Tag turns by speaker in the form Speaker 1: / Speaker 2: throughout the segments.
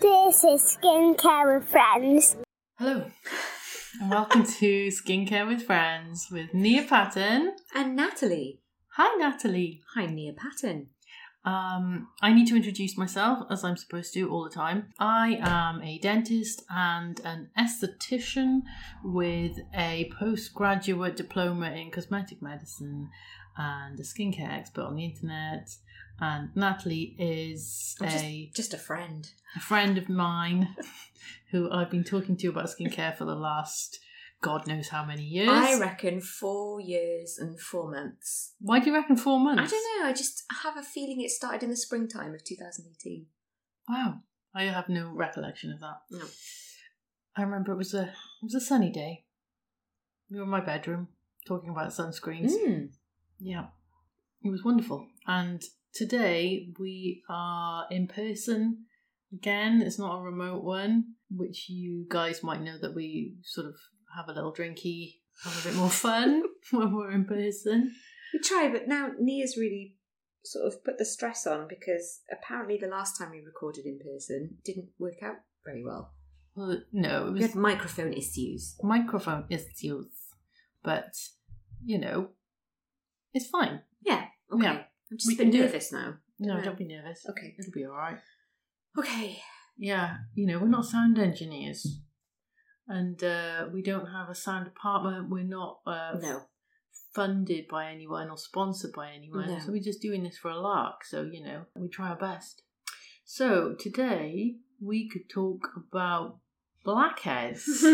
Speaker 1: This is Skincare with Friends.
Speaker 2: Hello, and welcome to Skincare with Friends with Nia Patton.
Speaker 3: And Natalie.
Speaker 2: Hi, Natalie.
Speaker 3: I'm Nia Patton.
Speaker 2: Um, I need to introduce myself as I'm supposed to all the time. I am a dentist and an esthetician with a postgraduate diploma in cosmetic medicine and a skincare expert on the internet. And Natalie is
Speaker 3: I'm just,
Speaker 2: a
Speaker 3: just a friend.
Speaker 2: a friend of mine who I've been talking to about skincare for the last God knows how many years.
Speaker 3: I reckon four years and four months.
Speaker 2: Why do you reckon four months?
Speaker 3: I don't know. I just have a feeling it started in the springtime of 2018.
Speaker 2: Wow, I have no recollection of that.
Speaker 3: No.
Speaker 2: I remember it was a it was a sunny day. We were in my bedroom talking about sunscreens.
Speaker 3: Mm.
Speaker 2: Yeah, it was wonderful. And today we are in person again. It's not a remote one, which you guys might know that we sort of have a little drinky, have a bit more fun when we're in person.
Speaker 3: We try, but now Nia's really sort of put the stress on because apparently the last time we recorded in person didn't work out very well.
Speaker 2: Well, no, it
Speaker 3: We had
Speaker 2: was
Speaker 3: microphone issues.
Speaker 2: microphone issues, but you know, it's fine.
Speaker 3: Yeah. Okay.
Speaker 2: Yeah.
Speaker 3: I'm just
Speaker 2: We
Speaker 3: a bit
Speaker 2: can do it.
Speaker 3: nervous now.
Speaker 2: No,
Speaker 3: Yeah.
Speaker 2: don't be nervous.
Speaker 3: Okay.
Speaker 2: It'll be all right.
Speaker 3: Okay.
Speaker 2: Yeah, you know, we're not sound engineers. And uh, we don't have a sound department. We're not uh,
Speaker 3: No.
Speaker 2: funded by anyone or sponsored by anyone.
Speaker 3: No.
Speaker 2: So we're just doing this for a lark. So, you know, we try our best. So today we could talk about blackheads. we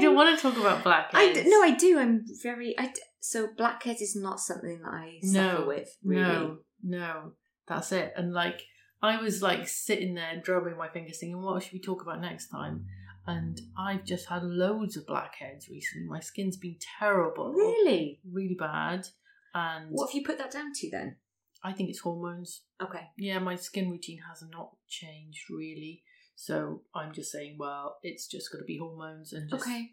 Speaker 2: don't want to talk about blackheads.
Speaker 3: I d- no, I do. I'm very. I d- so blackheads is not something that I suffer
Speaker 2: No,
Speaker 3: with. Really.
Speaker 2: No, no, that's it. And like, I was like sitting there drumming my fingers, thinking, what should we talk about next time? And I've just had loads of blackheads recently. My skin's been terrible,
Speaker 3: Really?
Speaker 2: really bad, and
Speaker 3: What have you put that down to then?
Speaker 2: I think it's hormones.
Speaker 3: Okay.
Speaker 2: Yeah, my skin routine has not changed really. So I'm just saying, well, it's just got to be hormones and just
Speaker 3: Okay.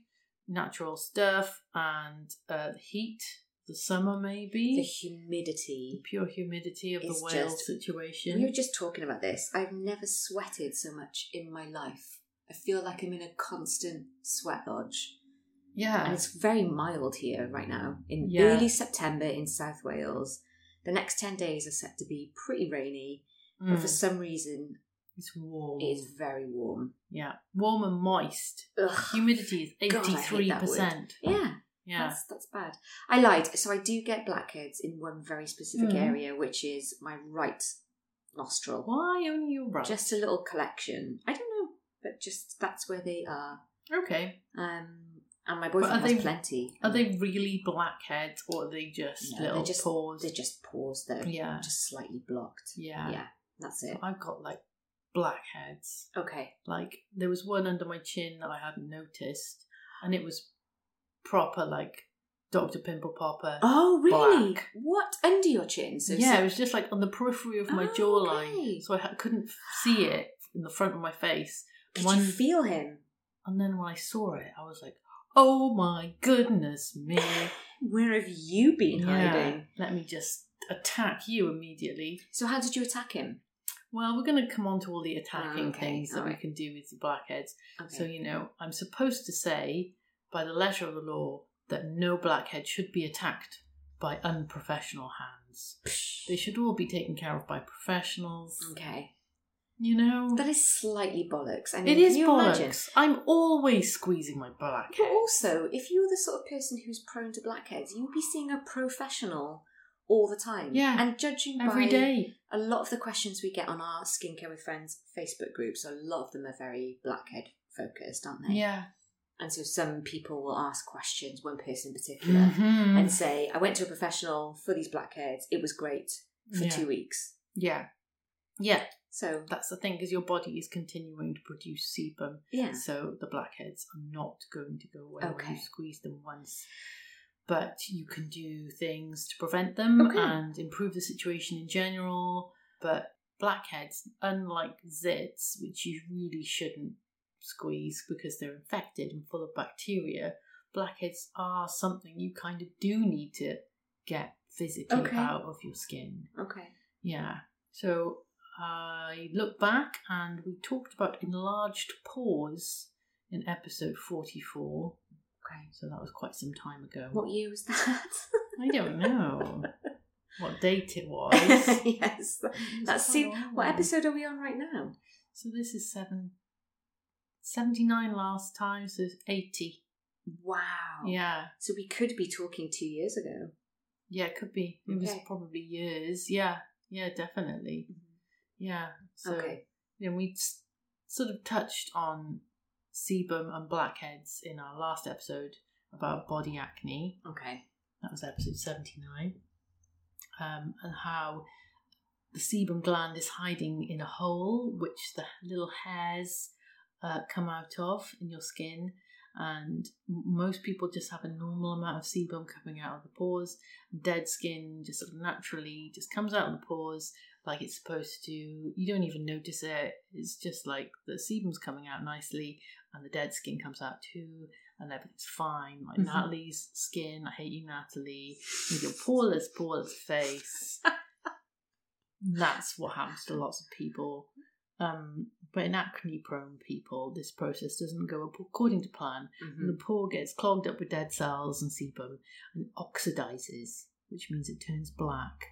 Speaker 2: natural stuff and uh, the heat, the summer maybe,
Speaker 3: The
Speaker 2: the
Speaker 3: humidity.
Speaker 2: pure humidity of
Speaker 3: It's
Speaker 2: the whale
Speaker 3: just-
Speaker 2: situation.
Speaker 3: We were just talking about this. I've never sweated so much in my life. I feel like I'm in a constant sweat lodge. And
Speaker 2: yeah,
Speaker 3: it's very mild here right now in
Speaker 2: Yeah.
Speaker 3: early September in South Wales. The next 10 days are set to be pretty rainy, but
Speaker 2: Mm.
Speaker 3: for some reason,
Speaker 2: it's warm.
Speaker 3: it is very warm.
Speaker 2: yeah, warm and moist.
Speaker 3: Ugh.
Speaker 2: Humidity is
Speaker 3: God, I
Speaker 2: eighty-three
Speaker 3: hate that
Speaker 2: percent.
Speaker 3: word. Yeah.
Speaker 2: Yeah,
Speaker 3: That's, that's bad. I lied. So I do get blackheads in one very specific
Speaker 2: Mhm.
Speaker 3: area, which is my right nostril.
Speaker 2: why only you right?
Speaker 3: Just a little collection. I don't know, but just that's where they are.
Speaker 2: okay.
Speaker 3: Um, and my
Speaker 2: are
Speaker 3: boyfriend has
Speaker 2: they-
Speaker 3: plenty.
Speaker 2: Are they really blackheads or are they just
Speaker 3: No,
Speaker 2: little
Speaker 3: they're just
Speaker 2: pores?
Speaker 3: They're just pores though.
Speaker 2: Yeah.
Speaker 3: Just slightly blocked.
Speaker 2: Yeah.
Speaker 3: Yeah. That's it.
Speaker 2: I've got like blackheads.
Speaker 3: Okay.
Speaker 2: Like there was one under my chin that I hadn't noticed, and it was proper like Doctor Pimple Popper.
Speaker 3: Oh really?
Speaker 2: Black.
Speaker 3: What under your chin? So
Speaker 2: yeah,
Speaker 3: so-
Speaker 2: it was just like on the periphery of my
Speaker 3: Oh,
Speaker 2: jawline,
Speaker 3: okay.
Speaker 2: so I ha- couldn't see it in the front of my face.
Speaker 3: Did
Speaker 2: one-
Speaker 3: you feel him?
Speaker 2: And then when I saw it, I was like, oh my goodness me.
Speaker 3: Where have you been hiding?
Speaker 2: Let me just attack you immediately.
Speaker 3: So how did you attack him?
Speaker 2: Well, we're going to come on to all the attacking
Speaker 3: Ah, okay.
Speaker 2: things that we
Speaker 3: Alright.
Speaker 2: can do with the blackheads.
Speaker 3: Okay.
Speaker 2: So, you know, I'm supposed to say, by the letter of the law, that no blackhead should be attacked by unprofessional hands. They should all be taken care of by professionals.
Speaker 3: Okay.
Speaker 2: You know?
Speaker 3: That is slightly bollocks. I mean,
Speaker 2: it is
Speaker 3: can you
Speaker 2: bollocks.
Speaker 3: Imagine?
Speaker 2: I'm always squeezing my blackhead.
Speaker 3: But also, if you're the sort of person who's prone to blackheads, you'd be seeing a professional all the time.
Speaker 2: Yeah.
Speaker 3: And judging
Speaker 2: every
Speaker 3: by
Speaker 2: day.
Speaker 3: a lot of the questions we get on our Skincare with Friends Facebook groups, a lot of them are very blackhead focused, aren't they?
Speaker 2: Yeah.
Speaker 3: And so some people will ask questions, one person in particular,
Speaker 2: Mm-hmm.
Speaker 3: and say, I went to a professional for these blackheads. It was great for
Speaker 2: Yeah.
Speaker 3: two weeks.
Speaker 2: Yeah. Yeah,
Speaker 3: So
Speaker 2: that's the thing, because your body is continuing to produce sebum.
Speaker 3: yeah,
Speaker 2: So the blackheads are not going to go away when
Speaker 3: Okay.
Speaker 2: you squeeze them once. But you can do things to prevent them
Speaker 3: Okay.
Speaker 2: and improve the situation in general. But blackheads, unlike zits, which you really shouldn't squeeze because they're infected and full of bacteria, blackheads are something you kind of do need to get physically
Speaker 3: Okay.
Speaker 2: out of your skin.
Speaker 3: okay,
Speaker 2: Yeah. So I look back and we talked about enlarged pores in episode 44.
Speaker 3: okay.
Speaker 2: So that was quite some time ago.
Speaker 3: What year was that?
Speaker 2: I don't know what date it was. It
Speaker 3: yes,
Speaker 2: was
Speaker 3: that's
Speaker 2: quite
Speaker 3: see.
Speaker 2: a while.
Speaker 3: What episode are we on right now?
Speaker 2: So this is seven. 79 last time, so it's 80.
Speaker 3: Wow.
Speaker 2: Yeah.
Speaker 3: So we could be talking two years ago.
Speaker 2: Yeah, it could be. It was
Speaker 3: Okay. Mm-hmm.
Speaker 2: probably years. Yeah. Yeah, definitely. Yeah. So
Speaker 3: okay.
Speaker 2: you know, we s- sort of touched on sebum and blackheads in our last episode about body acne.
Speaker 3: Okay.
Speaker 2: That was episode 79. Um, and how the sebum gland is hiding in a hole which the little hairs uh, come out of in your skin. And m- most people just have a normal amount of sebum coming out of the pores. Dead skin just sort of naturally just comes out of the pores like it's supposed to. You don't even notice it. It's just like the sebum's coming out nicely and the dead skin comes out too and everything's fine. Like
Speaker 3: Mhm.
Speaker 2: Natalie's skin, I hate you, Natalie. With your poreless, poreless face. That's what happens to lots of people. Um, but in acne prone people, this process doesn't go according to plan. And
Speaker 3: Mhm.
Speaker 2: the pore gets clogged up with dead cells and sebum and oxidizes, which means it turns black.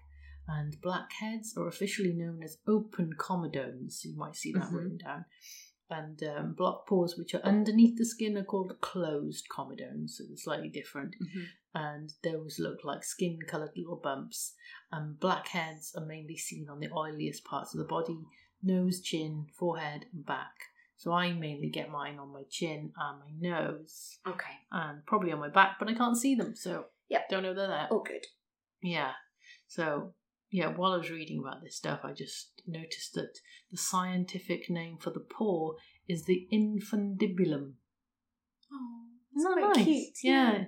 Speaker 2: And blackheads are officially known as open comedones. so You might see that
Speaker 3: Mhm.
Speaker 2: written down. And um, block pores, which are underneath the skin, are called closed comedones, so they're slightly different
Speaker 3: Mhm.
Speaker 2: and those look like skin coloured little bumps. And blackheads are mainly seen on the oiliest parts of the body nose, chin, forehead, and back. So I mainly get mine on my chin and my nose,
Speaker 3: Okay.
Speaker 2: and um, probably on my back, but I can't see them, so
Speaker 3: Yep.
Speaker 2: don't know they're there.
Speaker 3: All good.
Speaker 2: Yeah. So, yeah, while I was reading about this stuff, I just noticed that the scientific name for the pore is the infundibulum.
Speaker 3: Oh,
Speaker 2: Isn't that
Speaker 3: quite
Speaker 2: nice?
Speaker 3: cute.
Speaker 2: Yeah.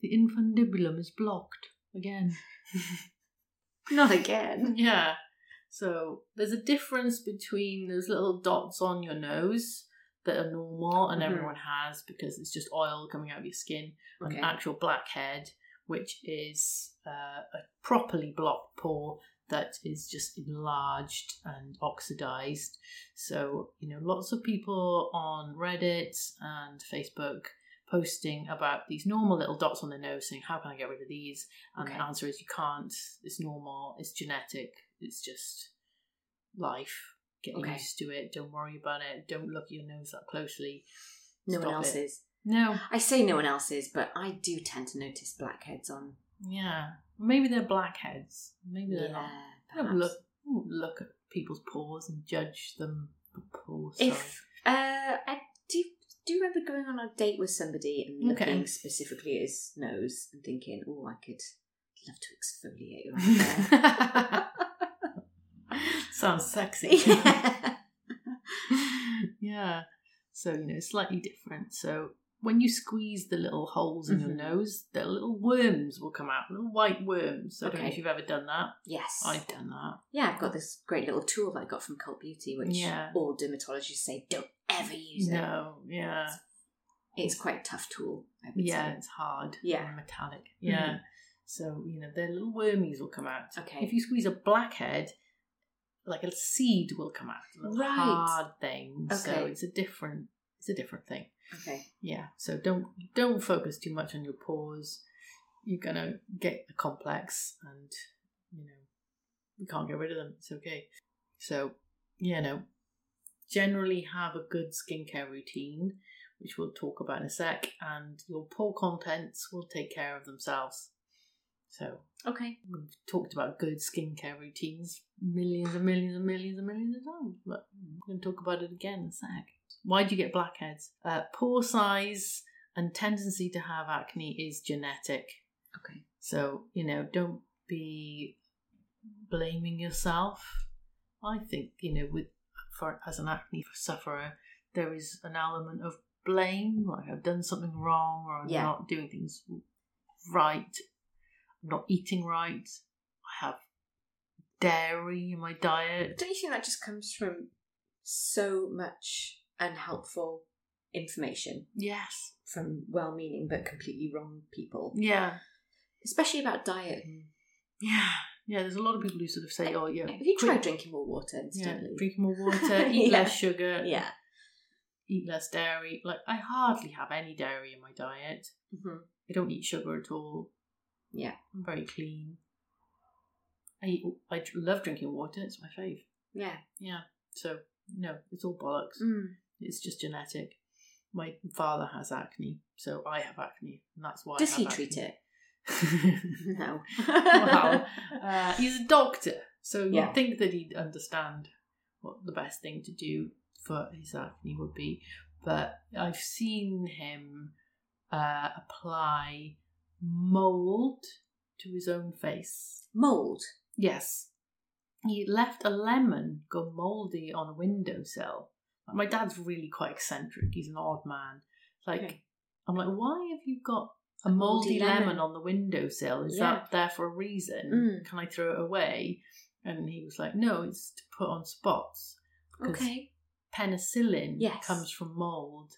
Speaker 2: The infundibulum is blocked again.
Speaker 3: Not again.
Speaker 2: yeah. So there's a difference between those little dots on your nose that are normal and
Speaker 3: Mhm.
Speaker 2: everyone has because it's just oil coming out of your skin, and actual blackhead, which is uh, a properly blocked pore that is just enlarged and oxidized. So, you know, lots of people on Reddit and Facebook posting about these normal little dots on their nose saying, How can I get rid of these? And
Speaker 3: Okay.
Speaker 2: the answer is, You can't. It's normal, it's genetic, it's just life. Get
Speaker 3: Okay.
Speaker 2: used to it. Don't worry about it. Don't look at your nose that closely.
Speaker 3: No one
Speaker 2: Stop
Speaker 3: else
Speaker 2: it.
Speaker 3: is.
Speaker 2: No.
Speaker 3: I say no one else is, but I do tend to notice blackheads on.
Speaker 2: Yeah. Maybe they're blackheads. Maybe
Speaker 3: Yeah,
Speaker 2: they're not. I
Speaker 3: perhaps.
Speaker 2: don't look, I don't look at people's paws and judge them for paws. sorry.
Speaker 3: If uh, I do, do you remember going on a date with somebody and
Speaker 2: Okay.
Speaker 3: looking specifically at his nose and thinking, "Oh, I could love to exfoliate around there."
Speaker 2: Sounds sexy.
Speaker 3: yeah.
Speaker 2: yeah. So, you know, slightly different. So, when you squeeze the little holes in your
Speaker 3: Mhm.
Speaker 2: nose, the little worms will come out, little white worms. I don't know
Speaker 3: Okay.
Speaker 2: if you've ever done that.
Speaker 3: Yes.
Speaker 2: I've done that.
Speaker 3: yeah, I've got this great little tool that I got from Cult Beauty, which
Speaker 2: Yeah.
Speaker 3: all dermatologists say don't ever use it.
Speaker 2: No, yeah.
Speaker 3: It's quite a tough tool. I would
Speaker 2: Yeah,
Speaker 3: say.
Speaker 2: it's hard.
Speaker 3: Yeah. Mm-hmm.
Speaker 2: and metallic. Yeah. So you know, their little wormies will come out.
Speaker 3: Okay.
Speaker 2: If you squeeze a blackhead, like a seed will come out. A little
Speaker 3: Right.
Speaker 2: Hard thing. So
Speaker 3: Okay.
Speaker 2: it's a different. It's a different thing.
Speaker 3: Okay.
Speaker 2: Yeah. So don't don't focus too much on your pores. You're gonna get a complex, and you know you can't get rid of them. It's okay. So you know, generally have a good skincare routine, which we'll talk about in a sec, and your pore contents will take care of themselves. So
Speaker 3: Okay.
Speaker 2: we've talked about good skincare routines millions and millions and millions and millions of times, but we're going to talk about it again in a sec. Why do you get blackheads? Uh, pore size and tendency to have acne is genetic.
Speaker 3: Okay.
Speaker 2: So, you know, don't be blaming yourself I think you know, with for as an acne sufferer, there is an element of blame, like I've done something wrong, or I'm
Speaker 4: Yeah.
Speaker 2: not doing things right, I'm not eating right, I have dairy in my diet.
Speaker 3: Don't you think that just comes from so much unhelpful information
Speaker 2: Yes.
Speaker 3: from well meaning but completely wrong people?
Speaker 2: Yeah.
Speaker 3: Especially about diet. and-
Speaker 2: Yeah. Yeah, there's a lot of people who sort of say, "Oh, yeah."
Speaker 3: Mm. Have you
Speaker 2: quit-
Speaker 3: tried drinking more water
Speaker 2: Yeah,
Speaker 3: instantly?
Speaker 2: drink more water, eat
Speaker 3: Yeah.
Speaker 2: less sugar,
Speaker 3: Yeah.
Speaker 2: eat less dairy. Like I hardly have any dairy in my diet.
Speaker 3: hmm
Speaker 2: I don't eat sugar at all.
Speaker 3: Yeah.
Speaker 2: I'm very clean. I eat, I dr- love drinking water. It's my fave.
Speaker 3: Yeah.
Speaker 2: Yeah. So no, it's all bollocks.
Speaker 3: Mm.
Speaker 2: It's just genetic. My father has acne, so I have acne, and that's why.
Speaker 3: Does he treat it?
Speaker 2: it?
Speaker 3: No.
Speaker 2: wow. Uh, he's a doctor, so you'd
Speaker 3: Yeah.
Speaker 2: think that he'd understand what the best thing to do for his acne would be. But I've seen him uh, apply mold to his own face.
Speaker 3: Mold.
Speaker 2: Yes. He left a lemon go mouldy on a windowsill. Like, My dad's really quite eccentric. He's an odd man. Like,
Speaker 3: Okay.
Speaker 2: I'm like, why have you got a
Speaker 3: A mouldy
Speaker 2: mouldy lemon.
Speaker 3: lemon.
Speaker 2: on the windowsill? Is
Speaker 3: Yeah.
Speaker 2: that there for a reason?
Speaker 3: Mm.
Speaker 2: Can I throw it away? And he was like, no, it's to put on spots. 'Cause
Speaker 3: Okay.
Speaker 2: Penicillin
Speaker 3: Yes.
Speaker 2: comes from mold.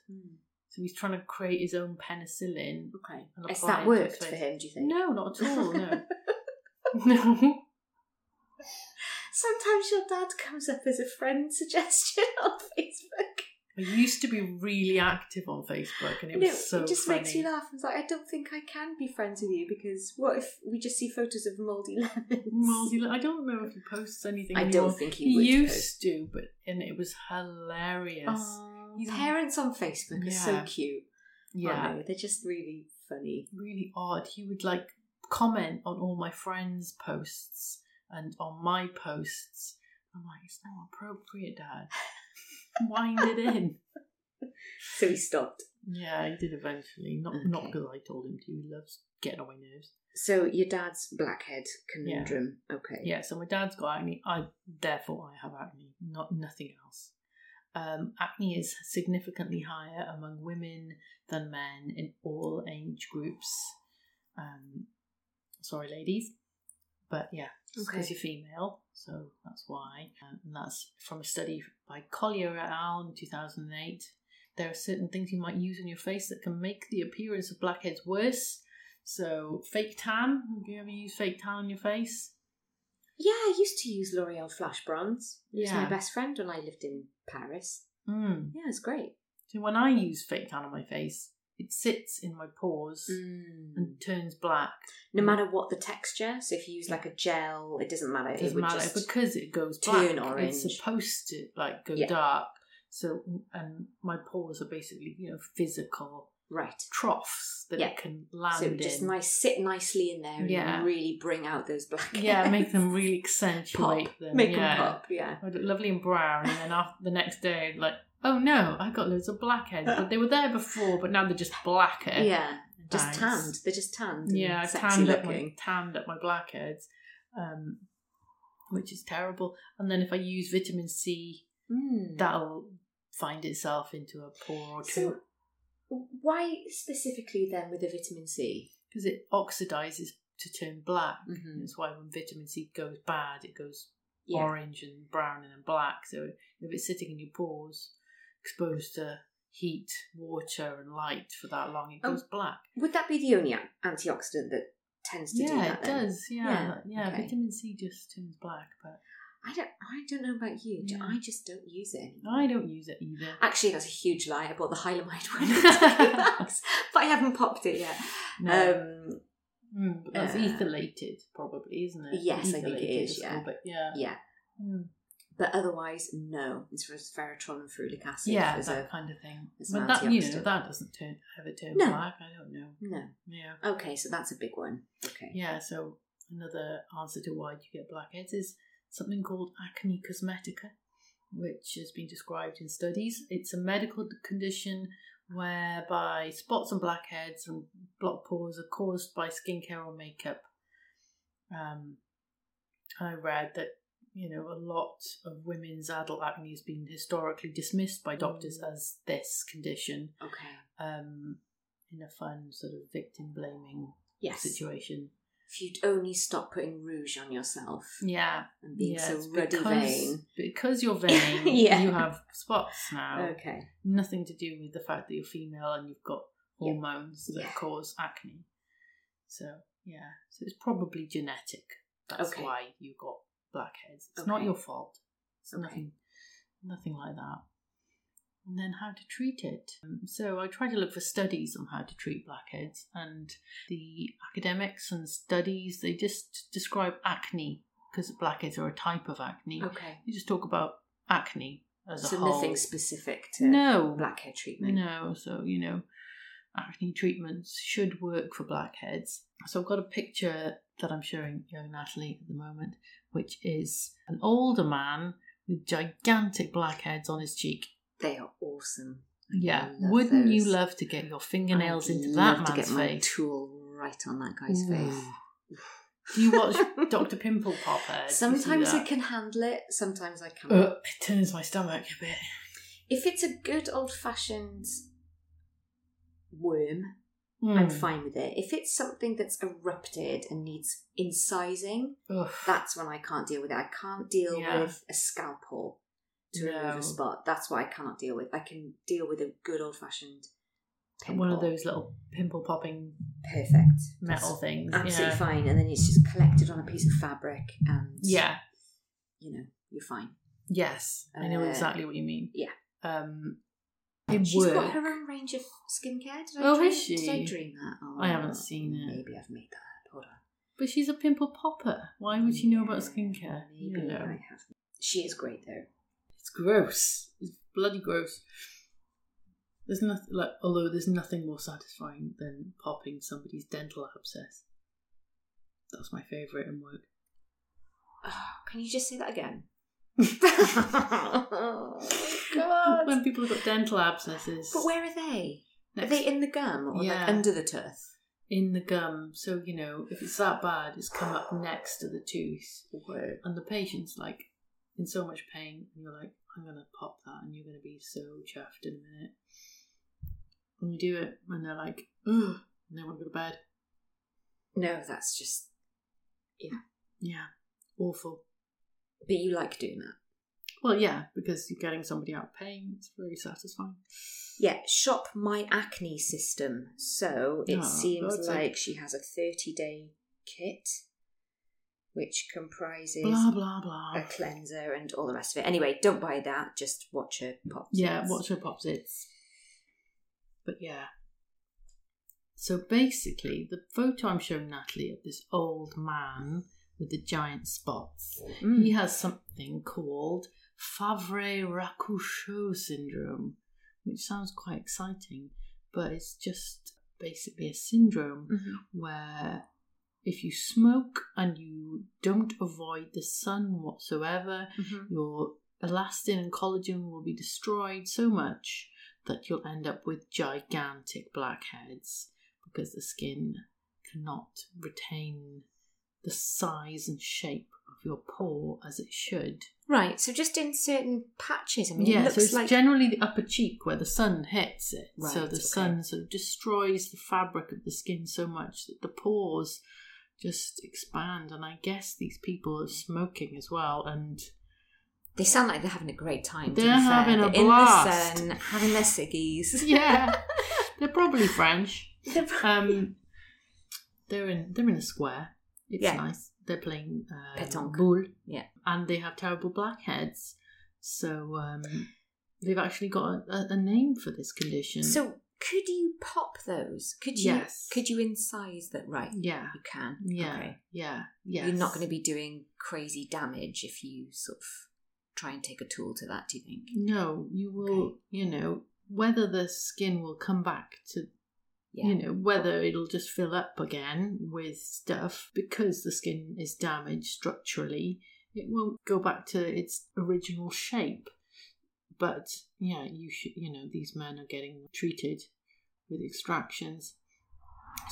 Speaker 2: So he's trying to create his own penicillin.
Speaker 3: Okay.
Speaker 2: And
Speaker 3: Has
Speaker 2: apply it
Speaker 3: that
Speaker 2: to
Speaker 3: worked
Speaker 2: his
Speaker 3: for
Speaker 2: face.
Speaker 3: him, do you think?
Speaker 2: No, not at all. No. no.
Speaker 3: Sometimes your dad comes up as a friend suggestion on Facebook.
Speaker 2: I used to be really active on Facebook, and it
Speaker 3: No,
Speaker 2: was so
Speaker 3: it just
Speaker 2: funny.
Speaker 3: makes me laugh. It's like, I don't think I can be friends with you because what if we just see photos of mouldy lemons?
Speaker 2: Mouldy, I don't remember if he posts anything.
Speaker 3: I
Speaker 2: anymore.
Speaker 3: don't think he would
Speaker 2: used
Speaker 3: post.
Speaker 2: to, but and it was hilarious.
Speaker 3: Aw,
Speaker 2: He's-
Speaker 3: parents on Facebook are so
Speaker 2: Yeah.
Speaker 3: cute.
Speaker 2: yeah,
Speaker 3: Aren't they? they're just really funny.
Speaker 2: really odd. He would like comment on all my friends' posts and on my posts. I'm like, it's not appropriate, Dad. Wind it in.
Speaker 3: So he stopped.
Speaker 2: Yeah, he did eventually. Not not
Speaker 3: Okay.
Speaker 2: because I told him to. He loves getting on my nerves.
Speaker 3: So your dad's blackhead conundrum. Okay.
Speaker 2: Yeah, so my dad's got acne. I therefore I have acne, not nothing else. Um, acne is significantly higher among women than men in all age groups. Um, sorry, ladies, but yeah, because
Speaker 3: Okay.
Speaker 2: you're female, so that's why. Um, and that's from a study by Collier et al. in 2008. There are certain things you might use on your face that can make the appearance of blackheads worse. So, fake tan. Have you ever used fake tan on your face?
Speaker 3: Yeah, I used to use L'Oreal Flash Bronze. It was my
Speaker 2: Yeah.
Speaker 3: best friend when I lived in Paris.
Speaker 2: Mm.
Speaker 3: Yeah, it's great.
Speaker 2: So when I use fake tan on my face, it sits in my pores
Speaker 3: Mm.
Speaker 2: and turns black. Mm.
Speaker 3: No matter what the texture, so if you use like a gel, it doesn't matter.
Speaker 2: It
Speaker 3: it
Speaker 2: doesn't
Speaker 3: would
Speaker 2: matter
Speaker 3: just
Speaker 2: because it goes
Speaker 3: turn
Speaker 2: black.
Speaker 3: orange.
Speaker 2: It's supposed to like go
Speaker 3: Yeah.
Speaker 2: dark. So and my pores are basically you know physical
Speaker 3: right.
Speaker 2: troughs that
Speaker 3: Yeah.
Speaker 2: it can land
Speaker 3: So it would just
Speaker 2: in.
Speaker 3: nice sit nicely in there and
Speaker 2: Yeah.
Speaker 3: really bring out those black.
Speaker 2: yeah, make them really
Speaker 3: pop,
Speaker 2: accentuate them.
Speaker 3: make
Speaker 2: yeah.
Speaker 3: them pop. Yeah,
Speaker 2: I look lovely and brown, and then after the next day, like, oh no, I got loads of blackheads, but they were there before, but now they're just blacker.
Speaker 3: yeah. Just
Speaker 2: Nice.
Speaker 3: tanned. They're just tanned. and
Speaker 2: yeah,
Speaker 3: sexy
Speaker 2: tanned up my
Speaker 3: looking.
Speaker 2: tanned up my blackheads, um, which is terrible. And then if I use vitamin C,
Speaker 3: Mm.
Speaker 2: that'll find itself into a pore or
Speaker 3: So,
Speaker 2: two
Speaker 3: Hmm. why specifically then with the vitamin C?
Speaker 2: because it oxidizes to turn black.
Speaker 3: Mhm.
Speaker 2: That's why when vitamin C goes bad, it goes
Speaker 3: Yeah.
Speaker 2: orange and brown and then black. So if it's sitting in your pores, exposed to heat, water, and light for that long, it
Speaker 3: Oh,
Speaker 2: goes black.
Speaker 3: Would that be the only a- antioxidant that tends to do
Speaker 2: Yeah,
Speaker 3: that?
Speaker 2: it
Speaker 3: then?
Speaker 2: does. Yeah, yeah.
Speaker 3: okay.
Speaker 2: Vitamin C just turns black, but
Speaker 3: I don't. I don't know about you. do-
Speaker 2: Yeah.
Speaker 3: I just don't use it anymore.
Speaker 2: I don't use it either.
Speaker 3: Actually, that's a huge lie. I bought the Hylamide one, but I haven't popped it yet.
Speaker 2: No.
Speaker 3: Um,
Speaker 2: Mm, but that's
Speaker 3: uh,
Speaker 2: ethylated, probably, isn't it?
Speaker 3: yes, I think it
Speaker 2: Ethylated
Speaker 3: is,
Speaker 2: it's
Speaker 3: yeah.
Speaker 2: called, But yeah.
Speaker 3: yeah,
Speaker 2: Mm.
Speaker 3: but otherwise, no. It's for ferritin and frulic acid.
Speaker 2: Yeah,
Speaker 3: as
Speaker 2: that
Speaker 3: a,
Speaker 2: kind of thing.
Speaker 3: as an
Speaker 2: But that, you know,
Speaker 3: antioxidant.
Speaker 2: that doesn't turn, ever turn
Speaker 3: No. Hmm.
Speaker 2: black. I don't know.
Speaker 3: no.
Speaker 2: Yeah.
Speaker 3: Okay, so that's a big one. Okay.
Speaker 2: Yeah, so another answer to why you get blackheads is something called acne cosmetica, which has been described in studies. It's a medical condition whereby spots and blackheads and block pores are caused by skincare or makeup. Um, I read that you know, a lot of women's adult acne has been historically dismissed by doctors as this condition
Speaker 3: Okay.
Speaker 2: um, in a fun sort of victim blaming
Speaker 3: Yes.
Speaker 2: situation.
Speaker 3: If you'd only stop putting rouge on yourself
Speaker 2: Yeah,
Speaker 3: and being
Speaker 2: yeah,
Speaker 3: so
Speaker 2: it's
Speaker 3: ruddy vain.
Speaker 2: because you're vain,
Speaker 3: Yeah.
Speaker 2: you have spots now.
Speaker 3: Okay.
Speaker 2: Nothing to do with the fact that you're female and you've got
Speaker 3: Yeah.
Speaker 2: hormones that
Speaker 3: Yeah.
Speaker 2: cause acne. So yeah, so it's probably genetic. That's
Speaker 3: Okay.
Speaker 2: why you got blackheads. It's not
Speaker 3: Okay.
Speaker 2: your fault. It's
Speaker 3: Okay.
Speaker 2: nothing, nothing like that. And then how to treat it. Um, So I tried to look for studies on how to treat blackheads, and the academics and studies they just describe acne because blackheads are a type of acne.
Speaker 3: Okay.
Speaker 2: You just talk about acne as
Speaker 3: So
Speaker 2: a whole.
Speaker 3: nothing specific to
Speaker 2: No.
Speaker 3: blackhead treatment.
Speaker 2: No, so you know, acne treatments should work for blackheads. So I've got a picture that I'm showing young Natalie at the moment, which is an older man with gigantic blackheads on his cheek.
Speaker 3: They are awesome.
Speaker 2: Yeah,
Speaker 3: love
Speaker 2: wouldn't you
Speaker 3: those.
Speaker 2: love to get your fingernails
Speaker 3: I'd
Speaker 2: into
Speaker 3: love
Speaker 2: that
Speaker 3: to
Speaker 2: man's
Speaker 3: get my
Speaker 2: face?
Speaker 3: tool right on that guy's face.
Speaker 2: Ooh. Do you watch Doctor Pimple Popper? Do you uh, see
Speaker 3: Sometimes I
Speaker 2: that?
Speaker 3: can handle it. Sometimes I can't.
Speaker 2: Uh, it turns my stomach a bit.
Speaker 3: if it's a good old fashioned worm, I'm
Speaker 2: Mm.
Speaker 3: fine with it. If it's something that's erupted and needs incising,
Speaker 2: Ugh.
Speaker 3: that's when I can't deal with it. I can't deal
Speaker 2: Yeah.
Speaker 3: with a scalpel to remove
Speaker 2: No.
Speaker 3: a spot. That's what I cannot deal with. I can deal with a good old fashioned
Speaker 2: One of those little pimple popping
Speaker 3: perfect
Speaker 2: metal
Speaker 3: That's
Speaker 2: things.
Speaker 3: Absolutely
Speaker 2: yeah.
Speaker 3: fine, and then it's just collected on a piece of fabric, and
Speaker 2: Yeah.
Speaker 3: you know you're fine.
Speaker 2: Yes, I know
Speaker 3: Uh,
Speaker 2: exactly what you mean.
Speaker 3: yeah.
Speaker 2: Um, it
Speaker 3: She's
Speaker 2: worked.
Speaker 3: got her own range of skincare. Did I
Speaker 2: Oh,
Speaker 3: dream,
Speaker 2: has she?
Speaker 3: Did I dream that? Oh,
Speaker 2: I haven't seen it.
Speaker 3: Maybe I've made that up. Hold on.
Speaker 2: But she's a pimple popper. Why would she know about skincare?
Speaker 3: Maybe
Speaker 2: You know.
Speaker 3: I have. She is great though.
Speaker 2: It's gross. It's bloody gross. There's nothing like although there's nothing more satisfying than popping somebody's dental abscess. That's my favourite in work.
Speaker 3: Oh, can you just say that again?
Speaker 2: When people have got dental abscesses,
Speaker 3: But where are they? Are
Speaker 2: next-
Speaker 3: they in the gum or
Speaker 2: Yeah.
Speaker 3: like under the tooth?
Speaker 2: in the gum, so you know if it's that bad, it's come up next to the tooth. and the patient's like in so much pain and you're like i'm gonna pop that and you're gonna be so chuffed in a minute and you do it and they're like ugh and they want to go to bed
Speaker 3: No, that's just.
Speaker 2: yeah awful
Speaker 3: But you like doing that.
Speaker 2: well yeah because you're getting somebody out of pain it's very satisfying
Speaker 3: Yeah, shop my acne system. So it
Speaker 2: Oh,
Speaker 3: seems
Speaker 2: that's it.
Speaker 3: like she has Ah, a 30 day kit, which comprises
Speaker 2: blah blah blah
Speaker 3: a cleanser and all the rest of it. Anyway, don't buy that. Just watch her pop.
Speaker 2: yeah
Speaker 3: zits.
Speaker 2: watch her pops it but yeah so basically the photo i'm showing natalie of this old man with the giant spots
Speaker 3: Mm.
Speaker 2: He has something called Favre Racouchot syndrome, which sounds quite exciting, but it's just basically a syndrome
Speaker 3: Mhm.
Speaker 2: where if you smoke and you don't avoid the sun whatsoever,
Speaker 3: Mhm.
Speaker 2: your elastin and collagen will be destroyed so much that you'll end up with gigantic blackheads because the skin cannot retain the size and shape of your pore as it should.
Speaker 3: Right, so just in certain patches. I mean, it
Speaker 2: yeah,
Speaker 3: looks
Speaker 2: so it's
Speaker 3: like.
Speaker 2: generally the upper cheek where the sun hits it.
Speaker 3: Right,
Speaker 2: so the
Speaker 3: okay.
Speaker 2: sun sort of destroys the fabric of the skin so much that the pores just expand. And I guess these people are smoking as well and
Speaker 3: they sound like they're having a great time. to
Speaker 2: They're
Speaker 3: be fair.
Speaker 2: having a
Speaker 3: They're in
Speaker 2: blast.
Speaker 3: the sun, having their ciggies.
Speaker 2: yeah, they're probably French.
Speaker 3: They're pro-
Speaker 2: Um, they're in they're in a square. It's
Speaker 3: Yeah.
Speaker 2: nice. They're playing uh,
Speaker 3: Pétanque.
Speaker 2: boule,
Speaker 3: yeah.
Speaker 2: and they have terrible blackheads. So um, they've actually got a, a name for this condition.
Speaker 3: So could you pop those? Could you?
Speaker 2: Yes.
Speaker 3: Could you incise that? Right.
Speaker 2: yeah,
Speaker 3: You can.
Speaker 2: yeah,
Speaker 3: Okay.
Speaker 2: yeah, yeah.
Speaker 3: You're not going to be doing crazy damage if you sort of try and take a tool to that. Do you think?
Speaker 2: No, you will.
Speaker 3: Okay.
Speaker 2: You know whether the skin will come back to
Speaker 3: Yeah.
Speaker 2: you know whether it'll just fill up again with stuff because the skin is damaged structurally it won't go back to its original shape but yeah you should you know these men are getting treated with extractions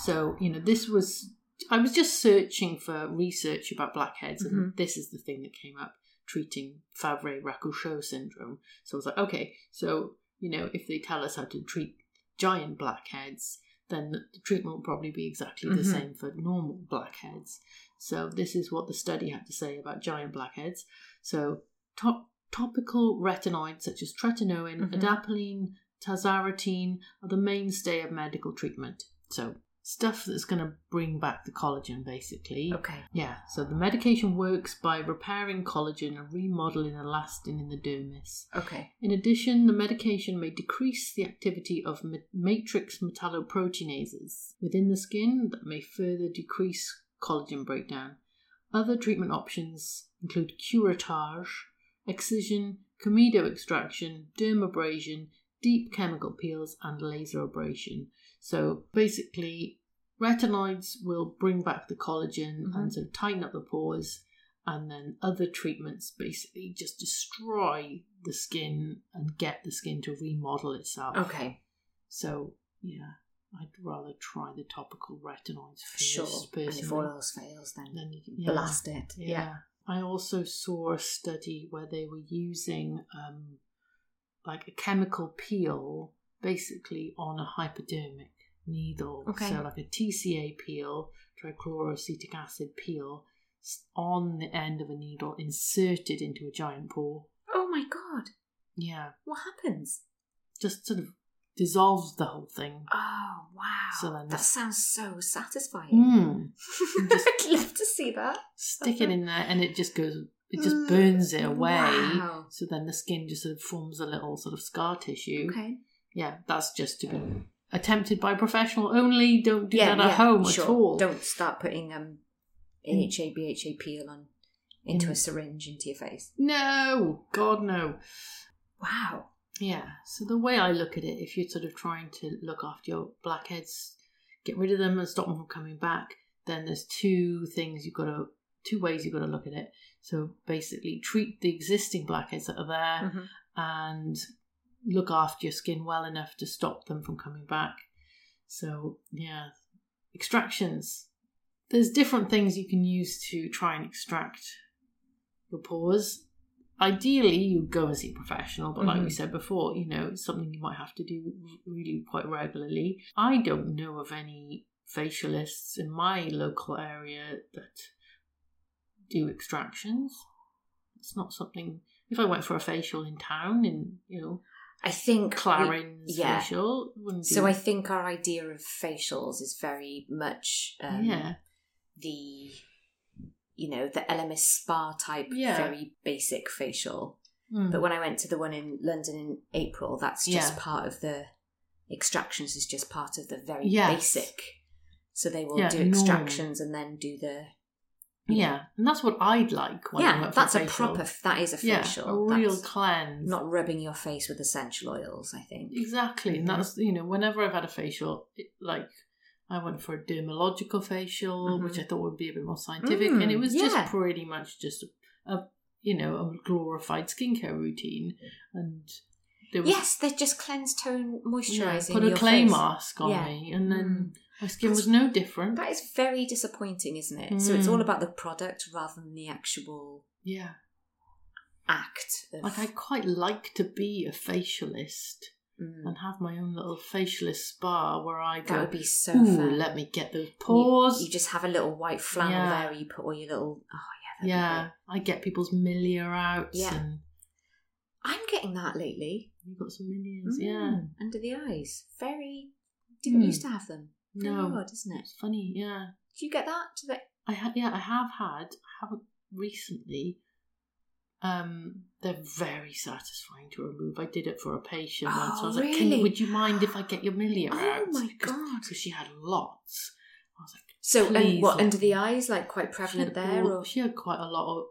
Speaker 2: so you know this was i was just searching for research about blackheads and this is the thing that came up treating Favre Rakushot syndrome. So I was like, okay, so, you know, if they tell us how to treat giant blackheads, then the treatment will probably be exactly the
Speaker 3: Mhm.
Speaker 2: same for normal blackheads. So this is what the study had to say about giant blackheads. So top, topical retinoids such as tretinoin,
Speaker 3: Mhm.
Speaker 2: adapalene, tazarotene are the mainstay of medical treatment. So stuff that's going to bring back the collagen, basically.
Speaker 3: Okay.
Speaker 2: Yeah, so the medication works by repairing collagen and remodeling elastin in the dermis.
Speaker 3: Okay.
Speaker 2: In addition, the medication may decrease the activity of ma- matrix metalloproteinases within the skin that may further decrease collagen breakdown. Other treatment options include curettage, excision, comedo extraction, dermabrasion, deep chemical peels, and laser abrasion. So basically, retinoids will bring back the collagen and sort of tighten up the pores, and then other treatments basically just destroy the skin and get the skin to remodel itself.
Speaker 3: Okay.
Speaker 2: So yeah, I'd rather try the topical retinoids first,
Speaker 3: Sure. And if all
Speaker 2: personally.
Speaker 3: else fails, then,
Speaker 2: Then you can
Speaker 3: blast it.
Speaker 2: yeah. I also saw a study where they were using um, like a chemical peel basically on a hypodermic needle.
Speaker 3: Okay.
Speaker 2: So, like a TCA peel, trichloroacetic acid peel, s- on the end of a needle inserted into a giant pore.
Speaker 3: Oh my god.
Speaker 2: Yeah.
Speaker 3: What happens?
Speaker 2: Just sort of dissolves the whole thing.
Speaker 3: Oh wow.
Speaker 2: So then
Speaker 3: that
Speaker 2: this-
Speaker 3: sounds so satisfying.
Speaker 2: Mm. Just-
Speaker 3: I'd love to see that.
Speaker 2: Stick it in there and it just goes, it just
Speaker 3: Mm.
Speaker 2: burns it away.
Speaker 3: Wow.
Speaker 2: So then the skin just sort of forms a little sort of scar tissue.
Speaker 3: Okay.
Speaker 2: yeah, that's just to be attempted by professional only. Don't do
Speaker 3: Um, yeah,
Speaker 2: that at
Speaker 3: yeah,
Speaker 2: home Hmm.
Speaker 3: sure.
Speaker 2: at all.
Speaker 3: Don't start putting um AHA BHA peel on into
Speaker 2: Hmm.
Speaker 3: a syringe into your face.
Speaker 2: No, God, no.
Speaker 3: Wow.
Speaker 2: Yeah. So the way I look at it, if you're sort of trying to look after your blackheads, get rid of them and stop them from coming back, then there's two things you've got to, two ways you've got to look at it. So basically, treat the existing blackheads that are there
Speaker 3: Mm-hmm.
Speaker 2: and look after your skin well enough to stop them from coming back. So, yeah, extractions. There's different things you can use to try and extract your pores. Ideally, you go and see a professional, but like we
Speaker 3: Mhm.
Speaker 2: said before, you know, it's something you might have to do really quite regularly. I don't know of any facialists in my local area that do extractions. It's not something. If I went for a facial in town, in you know
Speaker 3: I think we-
Speaker 2: Clarins
Speaker 3: yeah.
Speaker 2: facial, it wouldn't
Speaker 3: So
Speaker 2: be-
Speaker 3: I think our idea of facials is very much um,
Speaker 2: yeah,
Speaker 3: the you know the LMS spa type,
Speaker 2: Yeah.
Speaker 3: very basic facial.
Speaker 2: Mm.
Speaker 3: But when I went to the one in London in April, that's just
Speaker 2: Yeah.
Speaker 3: part of the extractions is just part of the very
Speaker 2: Yes.
Speaker 3: basic. So they will
Speaker 2: Yeah,
Speaker 3: do
Speaker 2: norm.
Speaker 3: extractions and then do the
Speaker 2: yeah, and that's what I'd like. When I
Speaker 3: yeah.
Speaker 2: went for
Speaker 3: That's a
Speaker 2: facial.
Speaker 3: proper. That is a
Speaker 2: yeah,
Speaker 3: facial.
Speaker 2: a real
Speaker 3: That's
Speaker 2: cleanse.
Speaker 3: not rubbing your face with essential oils. I think.
Speaker 2: exactly, and
Speaker 3: Mhm.
Speaker 2: that's you know whenever I've had a facial, it, like I went for a dermalogical facial,
Speaker 3: Mhm.
Speaker 2: which I thought would be a bit more scientific,
Speaker 3: Mm,
Speaker 2: and it was
Speaker 3: yeah.
Speaker 2: just pretty much just a, a you know a glorified skincare routine, and there was
Speaker 3: Yes, they just cleanse, tone,
Speaker 2: yeah,
Speaker 3: moisturising.
Speaker 2: put a
Speaker 3: your
Speaker 2: clay
Speaker 3: face.
Speaker 2: mask on
Speaker 3: Yeah. Mm.
Speaker 2: me, and then my skin was no different.
Speaker 3: That is very disappointing, isn't it? So it's
Speaker 2: Mm.
Speaker 3: all about the product rather than the actual
Speaker 2: yeah.
Speaker 3: act. Of,
Speaker 2: Like I quite like to be a facialist
Speaker 3: Mm.
Speaker 2: and have my own little facialist spa where I go.
Speaker 3: that would be so
Speaker 2: Ooh,
Speaker 3: fun.
Speaker 2: let me get those
Speaker 3: And you-
Speaker 2: pores.
Speaker 3: You, just have a little white flannel
Speaker 2: Yeah.
Speaker 3: there. Where you put all your little. Oh yeah. that'd be
Speaker 2: yeah,
Speaker 3: great.
Speaker 2: I get people's milia out.
Speaker 3: Yeah.
Speaker 2: and
Speaker 3: I'm getting that lately.
Speaker 2: you got some milias. Yeah,
Speaker 3: Mm, Under the eyes. Very. Didn't
Speaker 2: Mm.
Speaker 3: used to have them. Very
Speaker 2: No.
Speaker 3: odd, isn't it?
Speaker 2: it's funny. Yeah,
Speaker 3: Do you get that? Do they?
Speaker 2: I ha- yeah I have had. I haven't recently. Um, they're very satisfying to remove. I did it for a patient once. I
Speaker 3: Oh,
Speaker 2: was like, Can you,
Speaker 3: really?
Speaker 2: "Would you mind if I get your milia
Speaker 3: Oh
Speaker 2: out?"
Speaker 3: my God.
Speaker 2: Because she had lots. I was like.
Speaker 3: So and
Speaker 2: Please oh.
Speaker 3: what
Speaker 2: let
Speaker 3: under
Speaker 2: me.
Speaker 3: the eyes, like quite prevalent
Speaker 2: she had
Speaker 3: there,
Speaker 2: all-
Speaker 3: or
Speaker 2: she had quite a lot of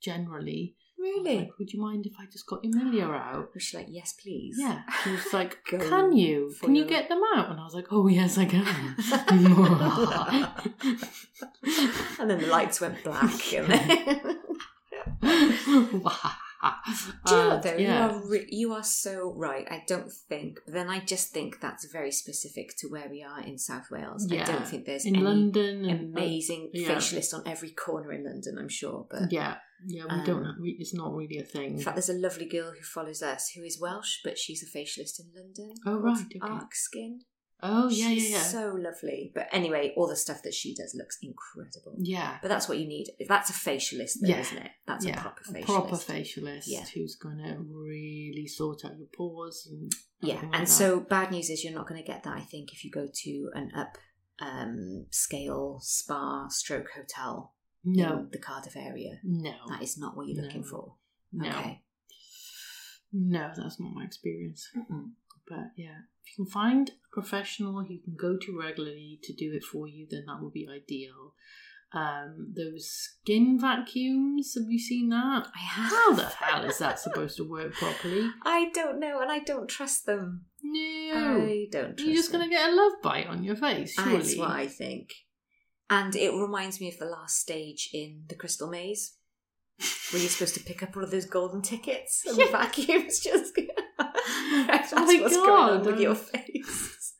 Speaker 2: generally. I was
Speaker 3: really?
Speaker 2: like, Would you mind if I just got Emilia out?
Speaker 3: Was she like yes, please?
Speaker 2: Yeah. She was like,
Speaker 3: Go
Speaker 2: Can you?
Speaker 3: for
Speaker 2: Can you
Speaker 3: your-
Speaker 2: get them out? And I was like, Oh yes I can.
Speaker 3: and then the lights went black. And then... Do you know
Speaker 2: Uh,
Speaker 3: what, though? You,
Speaker 2: yeah.
Speaker 3: are re- you are so right. I don't think, but then I just think that's very specific to where we are in South Wales. I
Speaker 2: Yeah.
Speaker 3: don't think there's
Speaker 2: in
Speaker 3: any
Speaker 2: London and
Speaker 3: amazing
Speaker 2: yeah.
Speaker 3: facialist on every corner in London, I'm sure. But
Speaker 2: Yeah. Yeah, we
Speaker 3: Um,
Speaker 2: don't. We, it's not really a thing.
Speaker 3: In fact, there's a lovely girl who follows us who is Welsh, but she's a facialist in London.
Speaker 2: Oh,
Speaker 3: called
Speaker 2: right, okay.
Speaker 3: Arc Skin.
Speaker 2: oh yeah, yeah,
Speaker 3: She's
Speaker 2: yeah,
Speaker 3: So lovely. But anyway, all the stuff that she does looks incredible.
Speaker 2: yeah.
Speaker 3: But that's what you need. That's a facialist, though,
Speaker 2: Yeah.
Speaker 3: isn't it? That's
Speaker 2: yeah,
Speaker 3: a proper facialist.
Speaker 2: proper facialist
Speaker 3: Yeah.
Speaker 2: who's gonna really sort out your pores and
Speaker 3: Yeah,
Speaker 2: everything like
Speaker 3: and
Speaker 2: that.
Speaker 3: so bad news is you're not going to get that. I think if you go to an up um, scale spa stroke hotel
Speaker 2: no,
Speaker 3: in the Cardiff area,
Speaker 2: no,
Speaker 3: that is not what you're looking
Speaker 2: No.
Speaker 3: for.
Speaker 2: no,
Speaker 3: Okay,
Speaker 2: no, that's not my experience. But yeah, if you can find a professional who you can go to regularly to do it for you, then that would be ideal. Um, those skin vacuums, have you seen that?
Speaker 3: I have.
Speaker 2: How the hell is that supposed to work properly?
Speaker 3: I don't know, and I don't trust them.
Speaker 2: No.
Speaker 3: I don't. Trust
Speaker 2: You're just going to
Speaker 3: them.
Speaker 2: get a love bite on your face, surely.
Speaker 3: That's what I think. And it reminds me of the last stage in the Crystal Maze, where you're supposed to pick up all of those golden tickets and the vacuums just. That's
Speaker 2: Oh my
Speaker 3: what's going
Speaker 2: God,
Speaker 3: on with your
Speaker 2: um,
Speaker 3: face.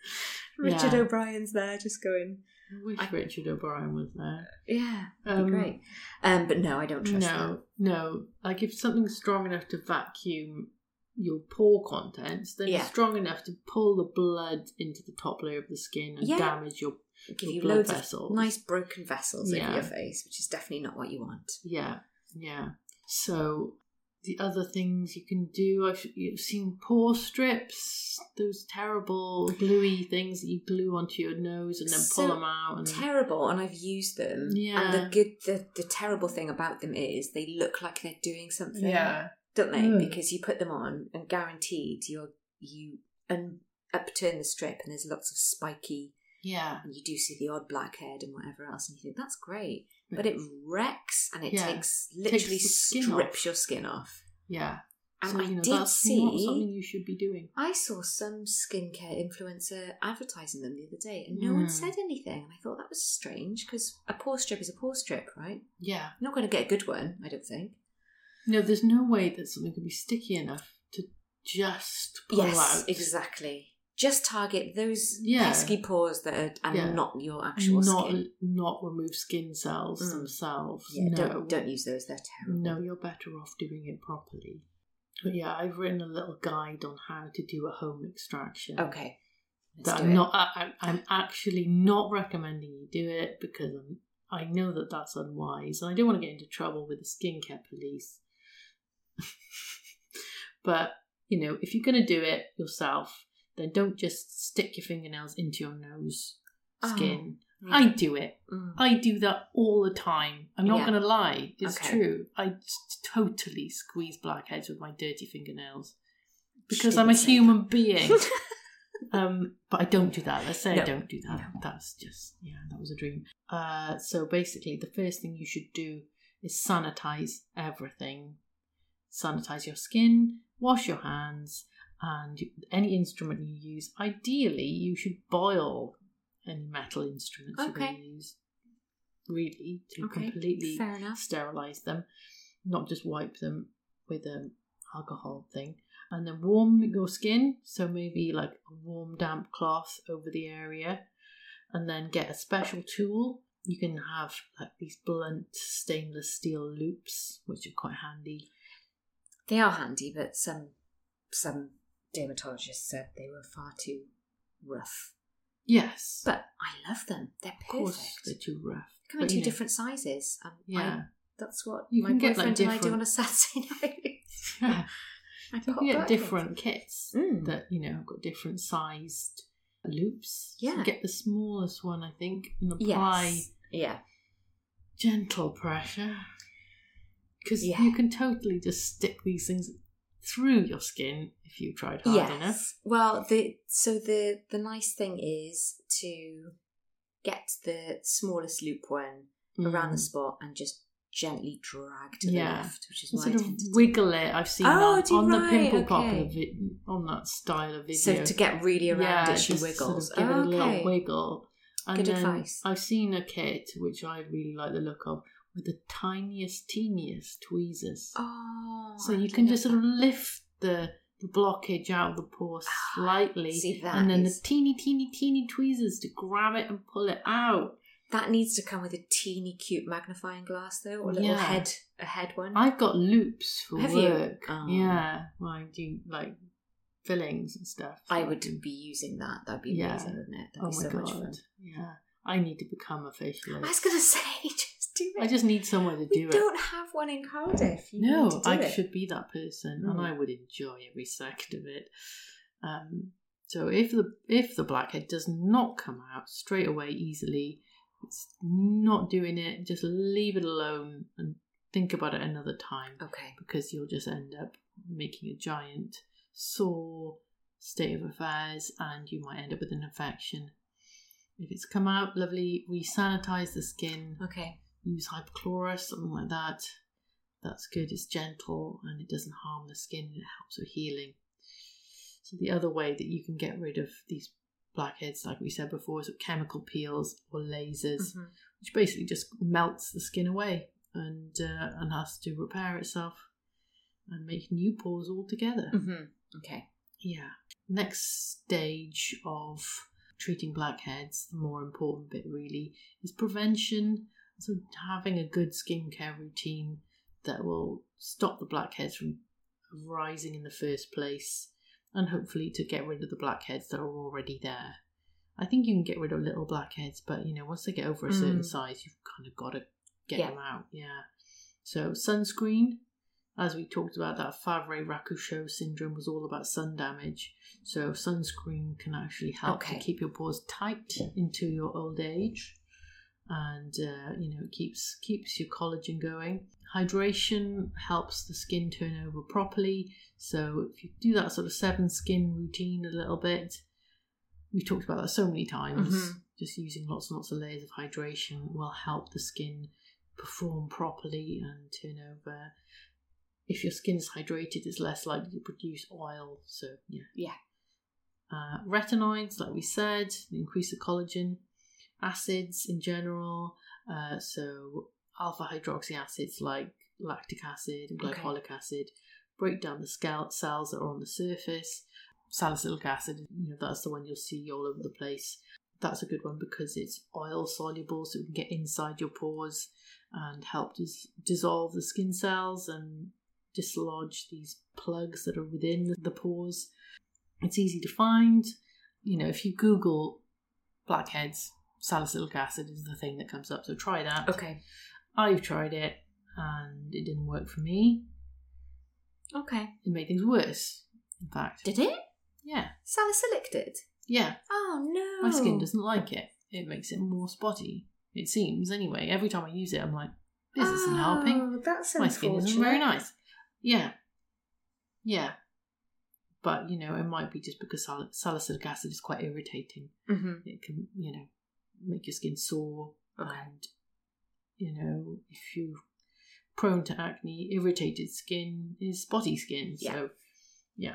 Speaker 3: Richard
Speaker 2: Yeah.
Speaker 3: O'Brien's there, just going.
Speaker 2: I wish
Speaker 3: I-
Speaker 2: Richard O'Brien was there.
Speaker 3: Yeah, that'd
Speaker 2: Um,
Speaker 3: be great. Um, but no, I don't trust
Speaker 2: No, no. Like if something's strong enough to vacuum your pore contents, then
Speaker 3: Yeah.
Speaker 2: it's strong enough to pull the blood into the top layer of the skin and
Speaker 3: Yeah.
Speaker 2: damage your
Speaker 3: that. Give
Speaker 2: your
Speaker 3: you
Speaker 2: blood
Speaker 3: loads
Speaker 2: vessels.
Speaker 3: of nice broken vessels
Speaker 2: Yeah.
Speaker 3: over your face, which is definitely not what you want.
Speaker 2: yeah, yeah. So the other things you can do, I've you've seen pore strips, those terrible gluey things that you glue onto your nose and then pull
Speaker 3: So
Speaker 2: them out. And
Speaker 3: Terrible, and I've used them.
Speaker 2: Um, Yeah.
Speaker 3: And the good, the, the terrible thing about them is they look like they're doing something.
Speaker 2: yeah,
Speaker 3: Don't they?
Speaker 2: Mm.
Speaker 3: Because you put them on, and guaranteed you're you un- upturn the strip, and there's lots of spiky,
Speaker 2: yeah,
Speaker 3: and you do see the odd blackhead and whatever else, and you think that's great, but it wrecks, and it
Speaker 2: Mm. Yeah.
Speaker 3: takes literally
Speaker 2: the skin
Speaker 3: strips
Speaker 2: off.
Speaker 3: your skin off.
Speaker 2: yeah.
Speaker 3: And
Speaker 2: so
Speaker 3: I
Speaker 2: you know
Speaker 3: did
Speaker 2: that's not
Speaker 3: see-
Speaker 2: something you should be doing.
Speaker 3: I saw some skincare influencer advertising them the other day, and no one
Speaker 2: Hmm.
Speaker 3: said anything. And I thought that was strange because a pore strip is a pore strip, right?
Speaker 2: Yeah.
Speaker 3: You're not going to get a good one, I don't think.
Speaker 2: No, there's no way that something could be sticky enough to just pull
Speaker 3: yes,
Speaker 2: out.
Speaker 3: exactly. Just target those
Speaker 2: Yeah.
Speaker 3: pesky pores that are and
Speaker 2: Yeah.
Speaker 3: not your actual
Speaker 2: And not
Speaker 3: skin.
Speaker 2: not remove skin cells
Speaker 3: Mm.
Speaker 2: themselves.
Speaker 3: Yeah,
Speaker 2: no,
Speaker 3: don't don't use those; they're terrible.
Speaker 2: no, you're better off doing it properly. But yeah, I've written a little guide on how to do a home extraction.
Speaker 3: Okay. Let's
Speaker 2: that
Speaker 3: do
Speaker 2: I'm
Speaker 3: it.
Speaker 2: not. I, I- I'm actually not recommending you do it because I'm, I know that that's unwise, and I don't want to get into trouble with the skincare police. but you know, if you're going to do it yourself, then don't just stick your fingernails into your nose
Speaker 3: Oh,
Speaker 2: skin. I
Speaker 3: Right.
Speaker 2: do it.
Speaker 3: Mm.
Speaker 2: I do that all the time. I'm not
Speaker 3: Yeah.
Speaker 2: going to lie. It's
Speaker 3: Okay.
Speaker 2: true. I t- totally squeeze blackheads with my dirty fingernails
Speaker 3: She
Speaker 2: because I'm a
Speaker 3: didn't say
Speaker 2: human
Speaker 3: that.
Speaker 2: being. Um, but I don't do that. Let's say
Speaker 3: No.
Speaker 2: I don't do that. That's just yeah, that was a dream. Uh, so basically, the first thing you should do is sanitize everything. Sanitize your skin, wash your hands, and you- any instrument you use. Ideally, you should boil any metal instruments you're going
Speaker 3: Okay.
Speaker 2: to use. Really, to
Speaker 3: okay.
Speaker 2: completely
Speaker 3: Fair enough.
Speaker 2: sterilize them, not just wipe them with an alcohol thing. And then warm your skin, so maybe like a warm, damp cloth over the area. And then get a special tool. You can have like these blunt stainless steel loops, which are quite handy.
Speaker 3: They are handy, but some some dermatologists said they were far too rough.
Speaker 2: Yes,
Speaker 3: But I love them. They're
Speaker 2: of
Speaker 3: perfect.
Speaker 2: course they're too rough.
Speaker 3: They come in
Speaker 2: but,
Speaker 3: two
Speaker 2: you know,
Speaker 3: different sizes. Um,
Speaker 2: Yeah,
Speaker 3: I, that's what
Speaker 2: You
Speaker 3: my
Speaker 2: can
Speaker 3: boyfriend
Speaker 2: get, like,
Speaker 3: and I do
Speaker 2: different-
Speaker 3: on a Saturday night.
Speaker 2: yeah.
Speaker 3: I
Speaker 2: So you
Speaker 3: pop
Speaker 2: can get
Speaker 3: back.
Speaker 2: different kits
Speaker 3: Oh, Mm.
Speaker 2: that you know have got different sized loops. So
Speaker 3: Yeah.
Speaker 2: get the smallest one, I think, and apply
Speaker 3: Yes. Yeah.
Speaker 2: gentle pressure because
Speaker 3: Yeah.
Speaker 2: you can totally just stick these things through your skin if you tried hard enough.
Speaker 3: yes. Well, the so the the nice thing is to get the smallest loop one around the
Speaker 2: Mm.
Speaker 3: spot and just gently drag to
Speaker 2: Yeah.
Speaker 3: the left, which is
Speaker 2: And
Speaker 3: why I
Speaker 2: Sort of
Speaker 3: tend to do.
Speaker 2: wiggle it. I've seen
Speaker 3: Oh,
Speaker 2: that
Speaker 3: do you
Speaker 2: on the
Speaker 3: right,
Speaker 2: pimple
Speaker 3: okay.
Speaker 2: popper vi- on that style of video.
Speaker 3: So to get really around
Speaker 2: yeah,
Speaker 3: it, she
Speaker 2: just sort of
Speaker 3: wiggles.
Speaker 2: give it a
Speaker 3: okay.
Speaker 2: little wiggle. And
Speaker 3: Good
Speaker 2: then
Speaker 3: advice.
Speaker 2: I've seen a kit which I really like the look of with the tiniest, teeniest tweezers.
Speaker 3: Oh,
Speaker 2: so
Speaker 3: I
Speaker 2: you can
Speaker 3: love
Speaker 2: just sort of
Speaker 3: that.
Speaker 2: lift the, the blockage out of the pore slightly
Speaker 3: Ah, See, that
Speaker 2: and then
Speaker 3: is-
Speaker 2: the teeny teeny teeny tweezers to grab it and pull it out
Speaker 3: That needs to come with a teeny cute magnifying glass, though, or a little
Speaker 2: Yeah.
Speaker 3: head, a head one.
Speaker 2: I've got loops for
Speaker 3: Mm. Have you?
Speaker 2: work.
Speaker 3: Oh.
Speaker 2: Yeah, well, I do like fillings and stuff.
Speaker 3: I would be using that. That'd be
Speaker 2: Yeah.
Speaker 3: amazing, wouldn't it? That'd
Speaker 2: Oh
Speaker 3: be
Speaker 2: my
Speaker 3: so
Speaker 2: god!
Speaker 3: much fun.
Speaker 2: Yeah, I need to become a facialist.
Speaker 3: I was gonna say, just do it.
Speaker 2: I just need someone to do
Speaker 3: we
Speaker 2: it.
Speaker 3: not have one in Cardiff. You need
Speaker 2: No,
Speaker 3: to do
Speaker 2: I
Speaker 3: it.
Speaker 2: should be that person, and
Speaker 3: Mm.
Speaker 2: I would enjoy every second of it. Um, so if the if the blackhead does not come out straight away easily, it's not doing it. Just leave it alone and think about it another time
Speaker 3: Okay.
Speaker 2: because you'll just end up making a giant sore state of affairs and you might end up with an infection. If it's come out, lovely, we sanitize the skin,
Speaker 3: Okay.
Speaker 2: use hypochlorous, something like that. That's good, it's gentle and it doesn't harm the skin and it helps with healing. So, the other way that you can get rid of these blackheads, like we said before, is with chemical peels or lasers
Speaker 3: Mhm.
Speaker 2: which basically just melts the skin away and uh, and has to repair itself and make new pores altogether.
Speaker 3: Mhm. Okay.
Speaker 2: Yeah. Next stage of treating blackheads, the more important bit really, is prevention. So having a good skincare routine that will stop the blackheads from rising in the first place and hopefully to get rid of the blackheads that are already there. I think you can get rid of little blackheads, but you know, once they get over a certain
Speaker 3: Mm.
Speaker 2: size, you've kind of got to get
Speaker 3: Yeah.
Speaker 2: them out. Yeah. So sunscreen, as we talked about, that Favre Rakucho syndrome was all about sun damage. So sunscreen can actually help
Speaker 3: Okay.
Speaker 2: to keep your pores tight into your old age, and uh, you know it keeps keeps your collagen going. Hydration helps the skin turn over properly. So if you do that sort of seven skin routine a little bit, we've talked about that so many times.
Speaker 3: Mhm.
Speaker 2: Just using lots and lots of layers of hydration will help the skin perform properly and turn over. If your skin is hydrated, it's less likely to produce oil. So yeah,
Speaker 3: Yeah.
Speaker 2: Uh, retinoids, like we said, increase the collagen. Acids in general, uh, so alpha hydroxy acids like lactic acid and
Speaker 3: Okay.
Speaker 2: glycolic acid break down the scalp cells that are on the surface. Salicylic acid, you know, that's the one you'll see all over the place. That's a good one because it's oil soluble, so it can get inside your pores and help dis- dissolve the skin cells and dislodge these plugs that are within the pores. It's easy to find. You know, if you Google blackheads, salicylic acid is the thing that comes up, so try that.
Speaker 3: Okay.
Speaker 2: I've tried it and it didn't work for me.
Speaker 3: Okay.
Speaker 2: It made things worse, in fact.
Speaker 3: Did it?
Speaker 2: Yeah,
Speaker 3: Salicylic did.
Speaker 2: yeah.
Speaker 3: Oh no.
Speaker 2: My skin doesn't like it. It makes it more spotty. It seems, anyway. Every time I use it, I'm like, this isn't helping.
Speaker 3: Oh, That's
Speaker 2: my skin isn't very nice. Yeah, yeah. But you know, it might be just because sal- salicylic acid is quite irritating.
Speaker 3: Mm-hmm.
Speaker 2: It can, you know, make your skin sore,
Speaker 3: Okay.
Speaker 2: and you know, if you're prone to acne, irritated skin is spotty skin.
Speaker 3: Yeah.
Speaker 2: So, yeah.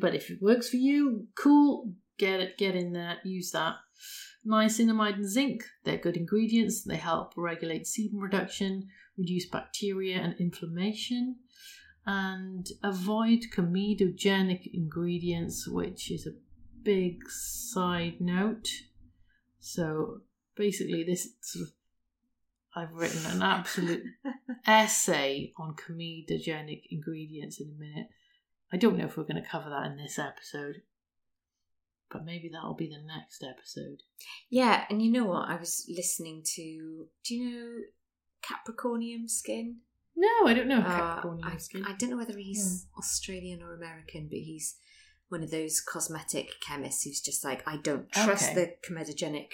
Speaker 2: But if it works for you, cool. Get it, get in there, use that. Niacinamide and zinc, they're good ingredients. They help regulate sebum reduction, reduce bacteria and inflammation, and avoid comedogenic ingredients, which is a big side note. So basically, this sort of I've written an absolute essay on comedogenic ingredients in a minute. I don't know if we're going to cover that in this episode, but maybe that'll be the next episode.
Speaker 3: Yeah, and you know what? I was listening to. Do you know Capricornium skin?
Speaker 2: No, I don't know.
Speaker 3: Uh,
Speaker 2: Capricornian
Speaker 3: I,
Speaker 2: Oh, skin.
Speaker 3: I don't know whether he's Australian or American, but he's one of those cosmetic chemists who's just like, I don't trust
Speaker 2: Okay.
Speaker 3: the comedogenic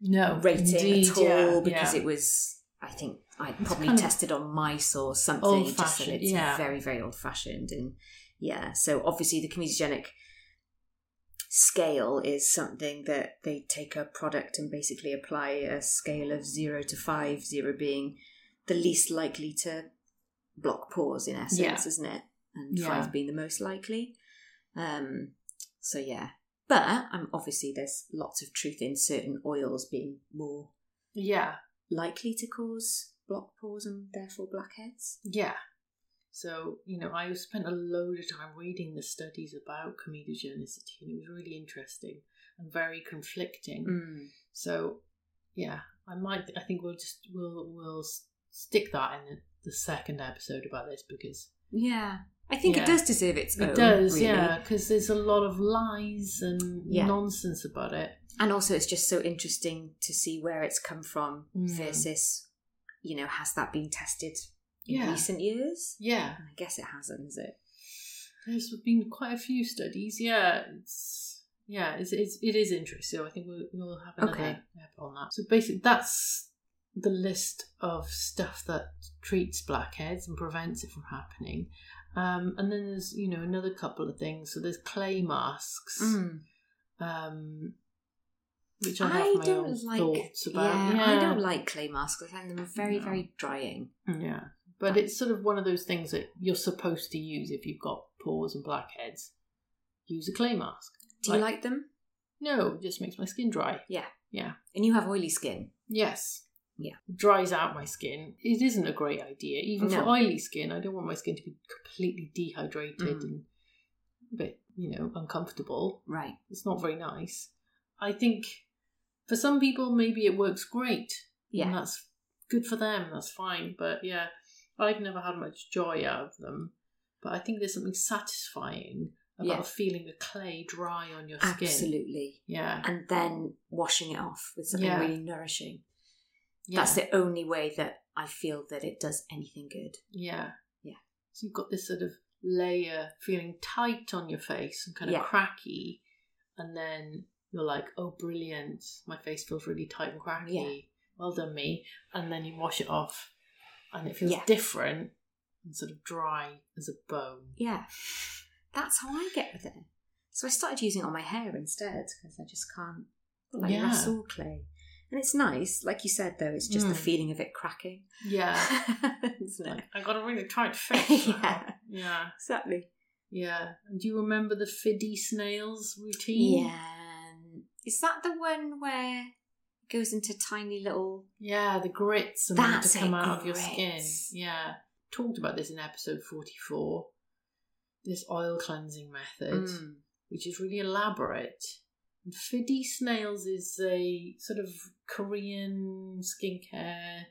Speaker 2: no
Speaker 3: rating
Speaker 2: indeed,
Speaker 3: at all
Speaker 2: yeah,
Speaker 3: because
Speaker 2: yeah.
Speaker 3: it was. I think I probably
Speaker 2: kind of
Speaker 3: tested on mice or something. just that
Speaker 2: old-fashioned,
Speaker 3: it's
Speaker 2: yeah.
Speaker 3: very, very old fashioned, and yeah. So obviously, the comedogenic scale is something that they take a product and basically apply a scale of zero to five, zero being the least likely to block pores in essence,
Speaker 2: Yeah.
Speaker 3: isn't it? And
Speaker 2: Yeah.
Speaker 3: five being the most likely. Um, so yeah. But um, obviously, there's lots of truth in certain oils being more
Speaker 2: yeah,
Speaker 3: likely to cause block pores and therefore blackheads.
Speaker 2: yeah. So you know, I spent a load of time reading the studies about comedogenicity, and it was really interesting and very conflicting.
Speaker 3: Mm.
Speaker 2: So Yeah, I might. I think we'll just we'll we'll s- stick that in the, the second episode about this because
Speaker 3: Yeah. I think
Speaker 2: Yeah.
Speaker 3: it does deserve its own.
Speaker 2: it does.
Speaker 3: really.
Speaker 2: Yeah, because there's a lot of lies and
Speaker 3: Yeah.
Speaker 2: nonsense about it.
Speaker 3: And also, it's just so interesting to see where it's come from
Speaker 2: Mm.
Speaker 3: versus, you know, has that been tested in
Speaker 2: Yeah.
Speaker 3: recent years?
Speaker 2: Yeah,
Speaker 3: I guess it hasn't, is it?
Speaker 2: there's been quite a few studies. Yeah, it's yeah, it's, it's it is interesting. So I think we'll we'll have another
Speaker 3: Okay.
Speaker 2: ep on that. So basically, that's the list of stuff that treats blackheads and prevents it from happening. Um, and then there's you know another couple of things. So there's clay masks,
Speaker 3: Mm.
Speaker 2: um, which I, have
Speaker 3: I
Speaker 2: my
Speaker 3: don't
Speaker 2: own
Speaker 3: like.
Speaker 2: thoughts about.
Speaker 3: yeah, I don't like clay masks. I find them very,
Speaker 2: No.
Speaker 3: very drying.
Speaker 2: Yeah, Hmm. but it's sort of one of those things that you're supposed to use if you've got pores and blackheads. Use a clay mask.
Speaker 3: Do you like them?
Speaker 2: No, it just makes my skin dry.
Speaker 3: Yeah.
Speaker 2: Yeah.
Speaker 3: And you have oily skin.
Speaker 2: Yes.
Speaker 3: Yeah.
Speaker 2: Dries out my skin. It isn't a great idea, even for
Speaker 3: No.
Speaker 2: oily skin. I don't want my skin to be completely dehydrated
Speaker 3: Mm.
Speaker 2: and a bit, you know, uncomfortable.
Speaker 3: Right.
Speaker 2: It's not very nice. I think for some people, maybe it works great.
Speaker 3: Yeah.
Speaker 2: And that's good for them. That's fine. But yeah, I've never had much joy out of them. But I think there's something satisfying about
Speaker 3: Yeah.
Speaker 2: feeling the clay dry on your skin.
Speaker 3: Absolutely.
Speaker 2: Yeah.
Speaker 3: And then washing it off with something
Speaker 2: Yeah.
Speaker 3: really nourishing.
Speaker 2: yeah.
Speaker 3: That's the only way that I feel that it does anything good.
Speaker 2: Yeah.
Speaker 3: Yeah.
Speaker 2: So you've got this sort of layer feeling tight on your face and kind of
Speaker 3: Yeah.
Speaker 2: cracky. And then you're like, oh, brilliant. My face feels really tight and cracky. Well done, me. And then you wash it off and it feels
Speaker 3: Yeah.
Speaker 2: different and sort of dry as a bone.
Speaker 3: Yeah. That's how I get with it. So I started using it on my hair instead because I just can't. Like
Speaker 2: Yeah.
Speaker 3: wrestle clay. And it's nice. Like you said, though, it's just the
Speaker 2: Mm.
Speaker 3: feeling of it cracking.
Speaker 2: Yeah.
Speaker 3: Isn't it?
Speaker 2: Like, I got a really tight face. now."
Speaker 3: Yeah.
Speaker 2: yeah.
Speaker 3: Exactly.
Speaker 2: Yeah. And do you remember the fiddy snails routine?
Speaker 3: Yeah. Is that the one where it goes into tiny little.
Speaker 2: Yeah, the grits and
Speaker 3: That's
Speaker 2: to come
Speaker 3: it,
Speaker 2: out of your skin.
Speaker 3: grits.
Speaker 2: Yeah. Talked about this in episode 44. This oil cleansing method,
Speaker 3: Mm.
Speaker 2: which is really elaborate. And Fiddy Snails is a sort of Korean skincare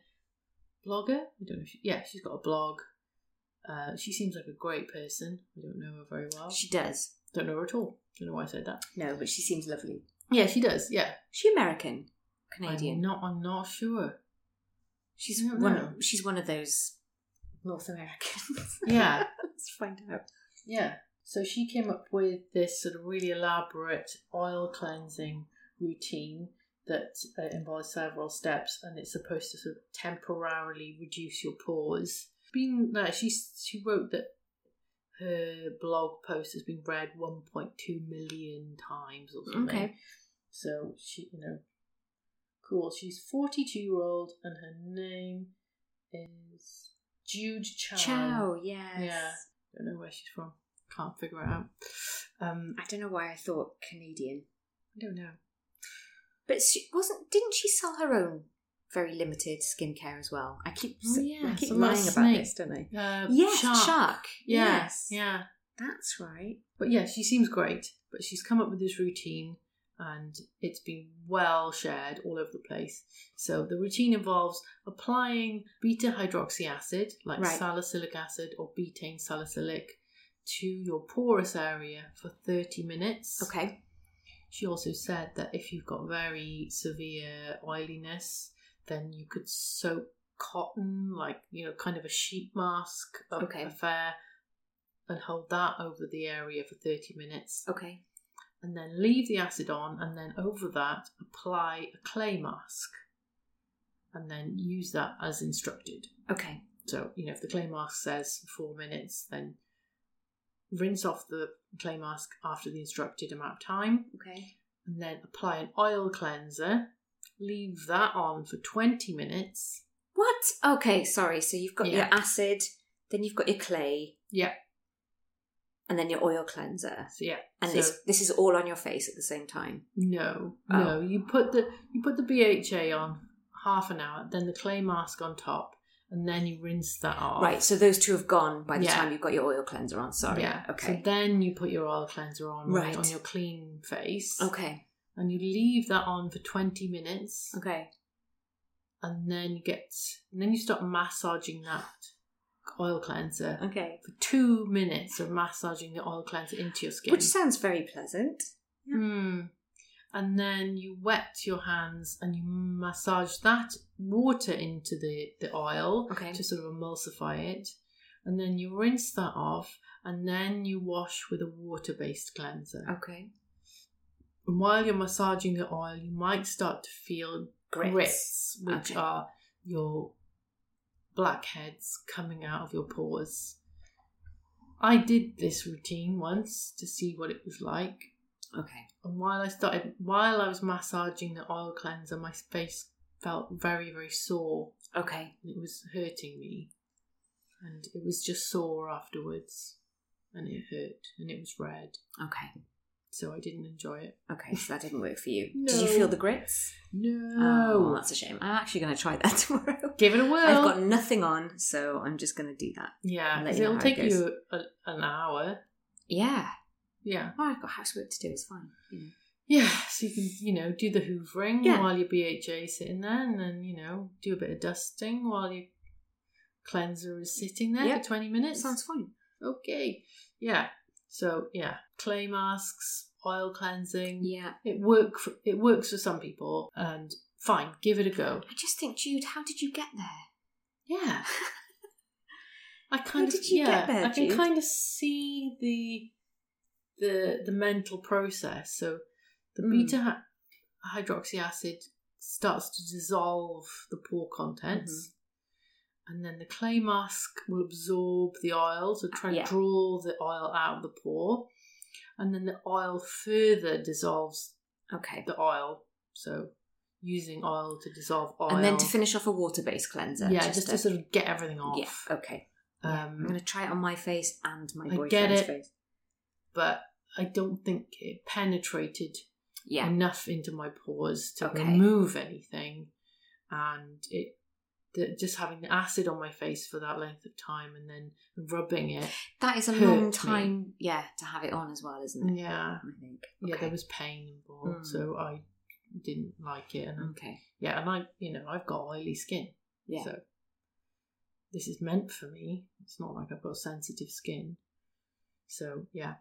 Speaker 2: blogger. I don't know if she, yeah, she's got a blog. Uh, she seems like a great person. I don't know her very well.
Speaker 3: She does.
Speaker 2: don't know her at all. Don't know why I said that.
Speaker 3: No, but she seems lovely.
Speaker 2: Yeah, she does. Yeah.
Speaker 3: She American,
Speaker 2: I'm
Speaker 3: Canadian.
Speaker 2: not, I'm not sure.
Speaker 3: She's
Speaker 2: I don't
Speaker 3: one.
Speaker 2: know.
Speaker 3: She's one of those North Americans.
Speaker 2: Yeah.
Speaker 3: let's find out.
Speaker 2: Yeah. So she came up with this sort of really elaborate oil cleansing routine that uh, involves several steps, and it's supposed to sort of temporarily reduce your pores. Been no, she she wrote that her blog post has been read 1.2 million times or something.
Speaker 3: Okay.
Speaker 2: So she, you know, cool. She's 42 year old, and her name is Jude Chow.
Speaker 3: Chow. Yes.
Speaker 2: Oh. Yeah. Don't know where she's from. Can't figure it out. Um,
Speaker 3: I don't know why I thought Canadian,
Speaker 2: I don't know.
Speaker 3: but she wasn't. Didn't she sell her own very limited skincare as well? I keep.
Speaker 2: Oh,
Speaker 3: s-
Speaker 2: yeah,
Speaker 3: I keep
Speaker 2: some little
Speaker 3: lying about
Speaker 2: snake.
Speaker 3: this, don't I?
Speaker 2: Uh,
Speaker 3: Yes,
Speaker 2: Shark.
Speaker 3: shark.
Speaker 2: Yeah,
Speaker 3: Yes.
Speaker 2: Yeah.
Speaker 3: That's right.
Speaker 2: But yeah, she seems great. But she's come up with this routine and it's been well shared all over the place. So the routine involves applying beta hydroxy acid, like
Speaker 3: Right.
Speaker 2: salicylic acid or betaine salicylic, to your porous area for 30 minutes.
Speaker 3: Okay.
Speaker 2: She also said that if you've got very severe oiliness, then you could soak cotton, like, you know, kind of a sheet mask of
Speaker 3: Okay.
Speaker 2: affair, and hold that over the area for 30 minutes.
Speaker 3: Okay.
Speaker 2: And then leave the acid on, and then over that, apply a clay mask. And then use that as instructed.
Speaker 3: Okay.
Speaker 2: So, you know, if the clay mask says four minutes, then rinse off the clay mask after the instructed amount of time
Speaker 3: Okay.
Speaker 2: and then apply an oil cleanser. Leave that on for 20 minutes.
Speaker 3: What? Okay. Sorry. So you've got
Speaker 2: Yeah.
Speaker 3: your acid, then you've got your clay,
Speaker 2: Yeah.
Speaker 3: and then your oil cleanser.
Speaker 2: So yeah.
Speaker 3: and
Speaker 2: so,
Speaker 3: it's, this is all on your face at the same time.
Speaker 2: no,
Speaker 3: Oh.
Speaker 2: no. You put the you put the BHA on half an hour, then the clay mask on top, and then you rinse that off.
Speaker 3: Right, so those two have gone by the
Speaker 2: Oh. Yeah.
Speaker 3: time you've got your oil cleanser on. Sorry.
Speaker 2: Yeah. So
Speaker 3: Okay.
Speaker 2: then you put your oil cleanser on on-
Speaker 3: Right.
Speaker 2: on your clean face.
Speaker 3: okay.
Speaker 2: And you leave that on for 20 minutes.
Speaker 3: Okay.
Speaker 2: and then you get and then you start massaging that oil cleanser
Speaker 3: Okay.
Speaker 2: for two minutes of massaging the oil cleanser into your skin.
Speaker 3: Which sounds very pleasant.
Speaker 2: Mm. And then you wet your hands and you massage that water into the, the oil
Speaker 3: Okay.
Speaker 2: to sort of emulsify it. And then you rinse that off and then you wash with a water based cleanser.
Speaker 3: Okay.
Speaker 2: And while you're massaging the oil, you might start to feel grits,
Speaker 3: Grits.
Speaker 2: which
Speaker 3: Okay.
Speaker 2: are your blackheads coming out of your pores. I did this routine once to see what it was like.
Speaker 3: Okay.
Speaker 2: And while I started, while I was massaging the oil cleanser, my face felt very, very sore.
Speaker 3: Okay.
Speaker 2: It was hurting me. And it was just sore afterwards. And it hurt. And it was red.
Speaker 3: Okay.
Speaker 2: So I didn't enjoy it.
Speaker 3: Okay. So that didn't work for you.
Speaker 2: No.
Speaker 3: Did you feel the grits?
Speaker 2: No.
Speaker 3: Oh, that's a shame. I'm actually going to try that tomorrow.
Speaker 2: Give it a whirl.
Speaker 3: I've got nothing on, so I'm just going to do that.
Speaker 2: yeah,
Speaker 3: I'll let
Speaker 2: 'cause
Speaker 3: you know
Speaker 2: it'll
Speaker 3: how it
Speaker 2: take
Speaker 3: goes.
Speaker 2: you a, an hour.
Speaker 3: Yeah.
Speaker 2: Yeah.
Speaker 3: Oh, I've got housework to do. It's fine. You know.
Speaker 2: Yeah, so you can, you know, do the hoovering
Speaker 3: Yeah.
Speaker 2: while your BHA is sitting there and then, you know, do a bit of dusting while your cleanser is sitting there
Speaker 3: Yep.
Speaker 2: for 20
Speaker 3: It
Speaker 2: minutes.
Speaker 3: sounds fine.
Speaker 2: okay. Yeah. So, yeah, clay masks, oil cleansing.
Speaker 3: Yeah.
Speaker 2: It work for, it works for some people and fine, give it a go.
Speaker 3: I just think, Jude, how did you get there?
Speaker 2: Yeah. I kind of
Speaker 3: did you
Speaker 2: yeah,
Speaker 3: get there,
Speaker 2: I can
Speaker 3: Jude?
Speaker 2: kind of see the the the mental process. So the
Speaker 3: Mm.
Speaker 2: beta hy- hydroxy acid starts to dissolve the pore
Speaker 3: Mm-hmm.
Speaker 2: contents. And then the clay mask will absorb the oil, so try
Speaker 3: yeah.
Speaker 2: to draw the oil out of the pore. And then the oil further dissolves
Speaker 3: Okay.
Speaker 2: the oil. So using oil to dissolve oil.
Speaker 3: And then to finish off a water-based cleanser.
Speaker 2: Yeah, just, to sort of get everything off.
Speaker 3: Yeah. Okay. Yeah. I'm
Speaker 2: Um,
Speaker 3: going to try it on my face and my
Speaker 2: I get
Speaker 3: boyfriend's
Speaker 2: it.
Speaker 3: face.
Speaker 2: but I don't think it penetrated
Speaker 3: Yeah.
Speaker 2: enough into my pores to
Speaker 3: Okay.
Speaker 2: remove anything, and it the, just having the acid on my face for that length of time and then rubbing it.
Speaker 3: That is a
Speaker 2: hurt
Speaker 3: long
Speaker 2: me.
Speaker 3: time, yeah, to have it on as well, isn't it?
Speaker 2: Yeah,
Speaker 3: I think.
Speaker 2: yeah,
Speaker 3: Mm. Okay.
Speaker 2: there was pain involved,
Speaker 3: Mm.
Speaker 2: so I didn't like it, and I-
Speaker 3: Okay.
Speaker 2: yeah, and I you know I've got oily skin,
Speaker 3: Yeah.
Speaker 2: so this is meant for me. It's not like I've got sensitive skin, so yeah.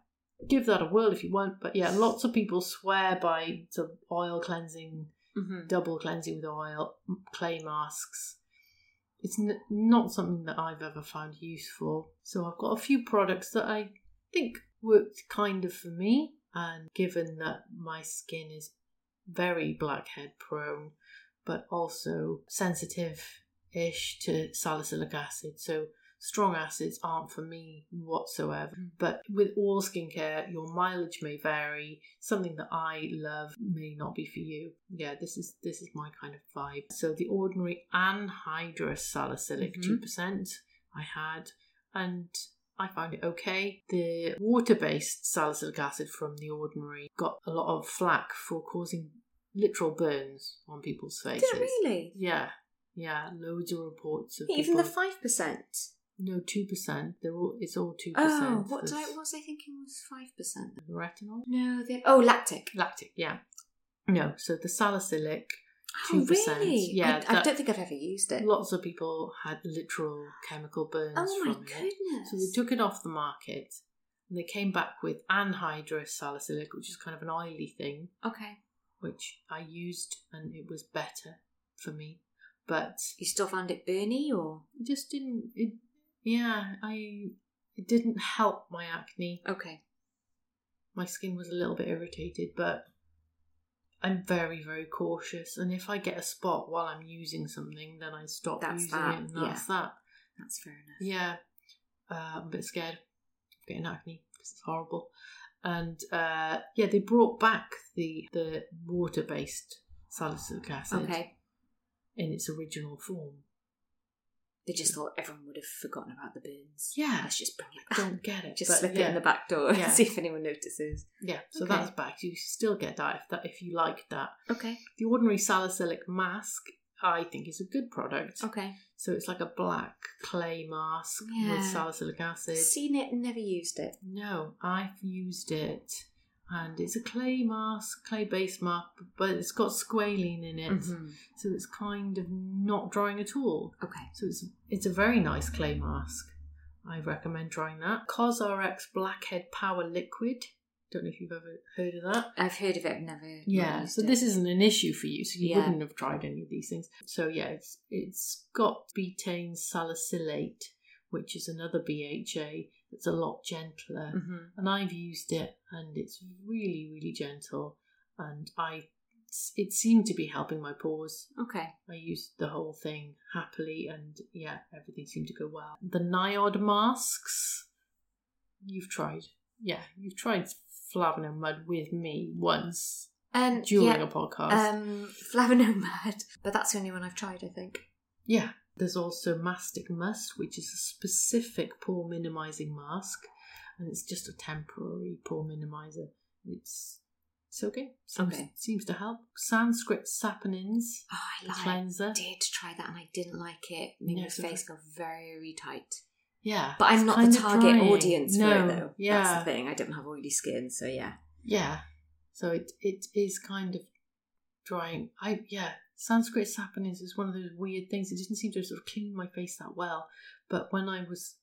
Speaker 2: Give that a whirl if you want, but yeah, lots of people swear by sort of oil cleansing
Speaker 3: hmm
Speaker 2: double cleansing with oil, m- clay masks. It's n- not something that I've ever found useful. So I've got a few products that I think worked kind of for me. And given that my skin is very blackhead prone, but also sensitive ish to salicylic acid, so strong acids aren't for me whatsoever. But with all skincare, your mileage may vary. Something that I love may not be for you. Yeah, this is this is my kind of vibe. So the ordinary anhydrous salicylic
Speaker 3: Mhm.
Speaker 2: 2 percent I had, and I found it okay. The water-based salicylic acid from the ordinary got a lot of flack for causing literal burns on people's
Speaker 3: Did
Speaker 2: faces.
Speaker 3: it really?
Speaker 2: Yeah, yeah, loads of reports of
Speaker 3: Even the
Speaker 2: people-
Speaker 3: five percent.
Speaker 2: no, two percent. They're all. It's all two
Speaker 3: Oh,
Speaker 2: percent.
Speaker 3: what did I, what was I thinking was five percent?
Speaker 2: Retinol,
Speaker 3: No, they oh lactic.
Speaker 2: lactic. Yeah. No, so the salicylic.
Speaker 3: Oh,
Speaker 2: 2%,
Speaker 3: really?
Speaker 2: yeah,
Speaker 3: I, I
Speaker 2: that-
Speaker 3: don't think I've ever used it.
Speaker 2: Lots of people had literal chemical burns.
Speaker 3: oh my
Speaker 2: from it.
Speaker 3: goodness!
Speaker 2: So they took it off the market, and they came back with anhydrous salicylic, which is kind of an oily thing,
Speaker 3: okay.
Speaker 2: which I used, and it was better for me. But
Speaker 3: You still found it burny, or
Speaker 2: it just didn't. It, yeah, I. It didn't help my acne.
Speaker 3: okay?
Speaker 2: my skin was a little bit irritated, but I'm very, very cautious. And if I get a spot while I'm using something, then I stop
Speaker 3: That's
Speaker 2: using
Speaker 3: that,
Speaker 2: it, and that's that.
Speaker 3: That's fair enough.
Speaker 2: Yeah, uh, I'm a bit scared of getting acne because it's horrible. And uh, yeah, they brought back the the water based salicylic acid
Speaker 3: Okay.
Speaker 2: in its original form.
Speaker 3: They just thought everyone would have forgotten about the burns.
Speaker 2: Yeah.
Speaker 3: Let's just bring it
Speaker 2: I
Speaker 3: back.
Speaker 2: don't get it.
Speaker 3: Ah, just
Speaker 2: but
Speaker 3: slip
Speaker 2: yeah.
Speaker 3: it in the back door and
Speaker 2: Yeah.
Speaker 3: see if anyone notices.
Speaker 2: Yeah, so
Speaker 3: Okay.
Speaker 2: that's back. You still get that if that if you like that.
Speaker 3: Okay.
Speaker 2: The ordinary salicylic mask, I think, is a good product.
Speaker 3: Okay.
Speaker 2: So it's like a black clay mask
Speaker 3: Yeah.
Speaker 2: with salicylic acid.
Speaker 3: Seen it and never used it.
Speaker 2: No, I've used it and it's a clay mask, clay base mask, but it's got squalene in it,
Speaker 3: Mhm.
Speaker 2: so it's kind of not drying at all.
Speaker 3: Okay.
Speaker 2: So it's it's a very nice clay mask. I recommend trying that. CosRx Blackhead Power Liquid. Don't know if you've ever heard of that.
Speaker 3: I've heard of it, never.
Speaker 2: Yeah,
Speaker 3: used
Speaker 2: so
Speaker 3: it.
Speaker 2: this isn't an issue for you, so you
Speaker 3: Yeah.
Speaker 2: wouldn't have tried any of these things. So yeah, it's it's got betaine salicylate, which is another BHA that's a lot gentler.
Speaker 3: Mhm.
Speaker 2: And I've used it, and it's really really gentle, and I it seemed to be helping my pores.
Speaker 3: Okay.
Speaker 2: I used the whole thing happily, and yeah, everything seemed to go well. The Niod masks, you've tried, yeah, you've tried Flavano Mud with me once
Speaker 3: Um,
Speaker 2: during
Speaker 3: yeah,
Speaker 2: a podcast.
Speaker 3: um, flavonomad, but that's the only one I've tried, I think.
Speaker 2: yeah. There's also Mastic Must, which is a specific pore minimizing mask, and it's just a temporary pore minimizer. It's it's okay. Seems,
Speaker 3: Okay.
Speaker 2: seems to help. Sanskrit saponins
Speaker 3: Oh, I like
Speaker 2: cleanser.
Speaker 3: did try that and I didn't like it. Made
Speaker 2: No,
Speaker 3: my
Speaker 2: it's okay.
Speaker 3: face go very tight.
Speaker 2: Yeah,
Speaker 3: But I'm
Speaker 2: it's
Speaker 3: not
Speaker 2: kind
Speaker 3: the
Speaker 2: of
Speaker 3: target
Speaker 2: drying.
Speaker 3: audience
Speaker 2: no,
Speaker 3: for it though.
Speaker 2: Yeah,
Speaker 3: That's the thing. I don't have oily skin, so yeah.
Speaker 2: Yeah. So it it is kind of drying. I yeah. Sanskrit saponins is one of those weird things. It didn't seem to sort of clean my face that well, but when I was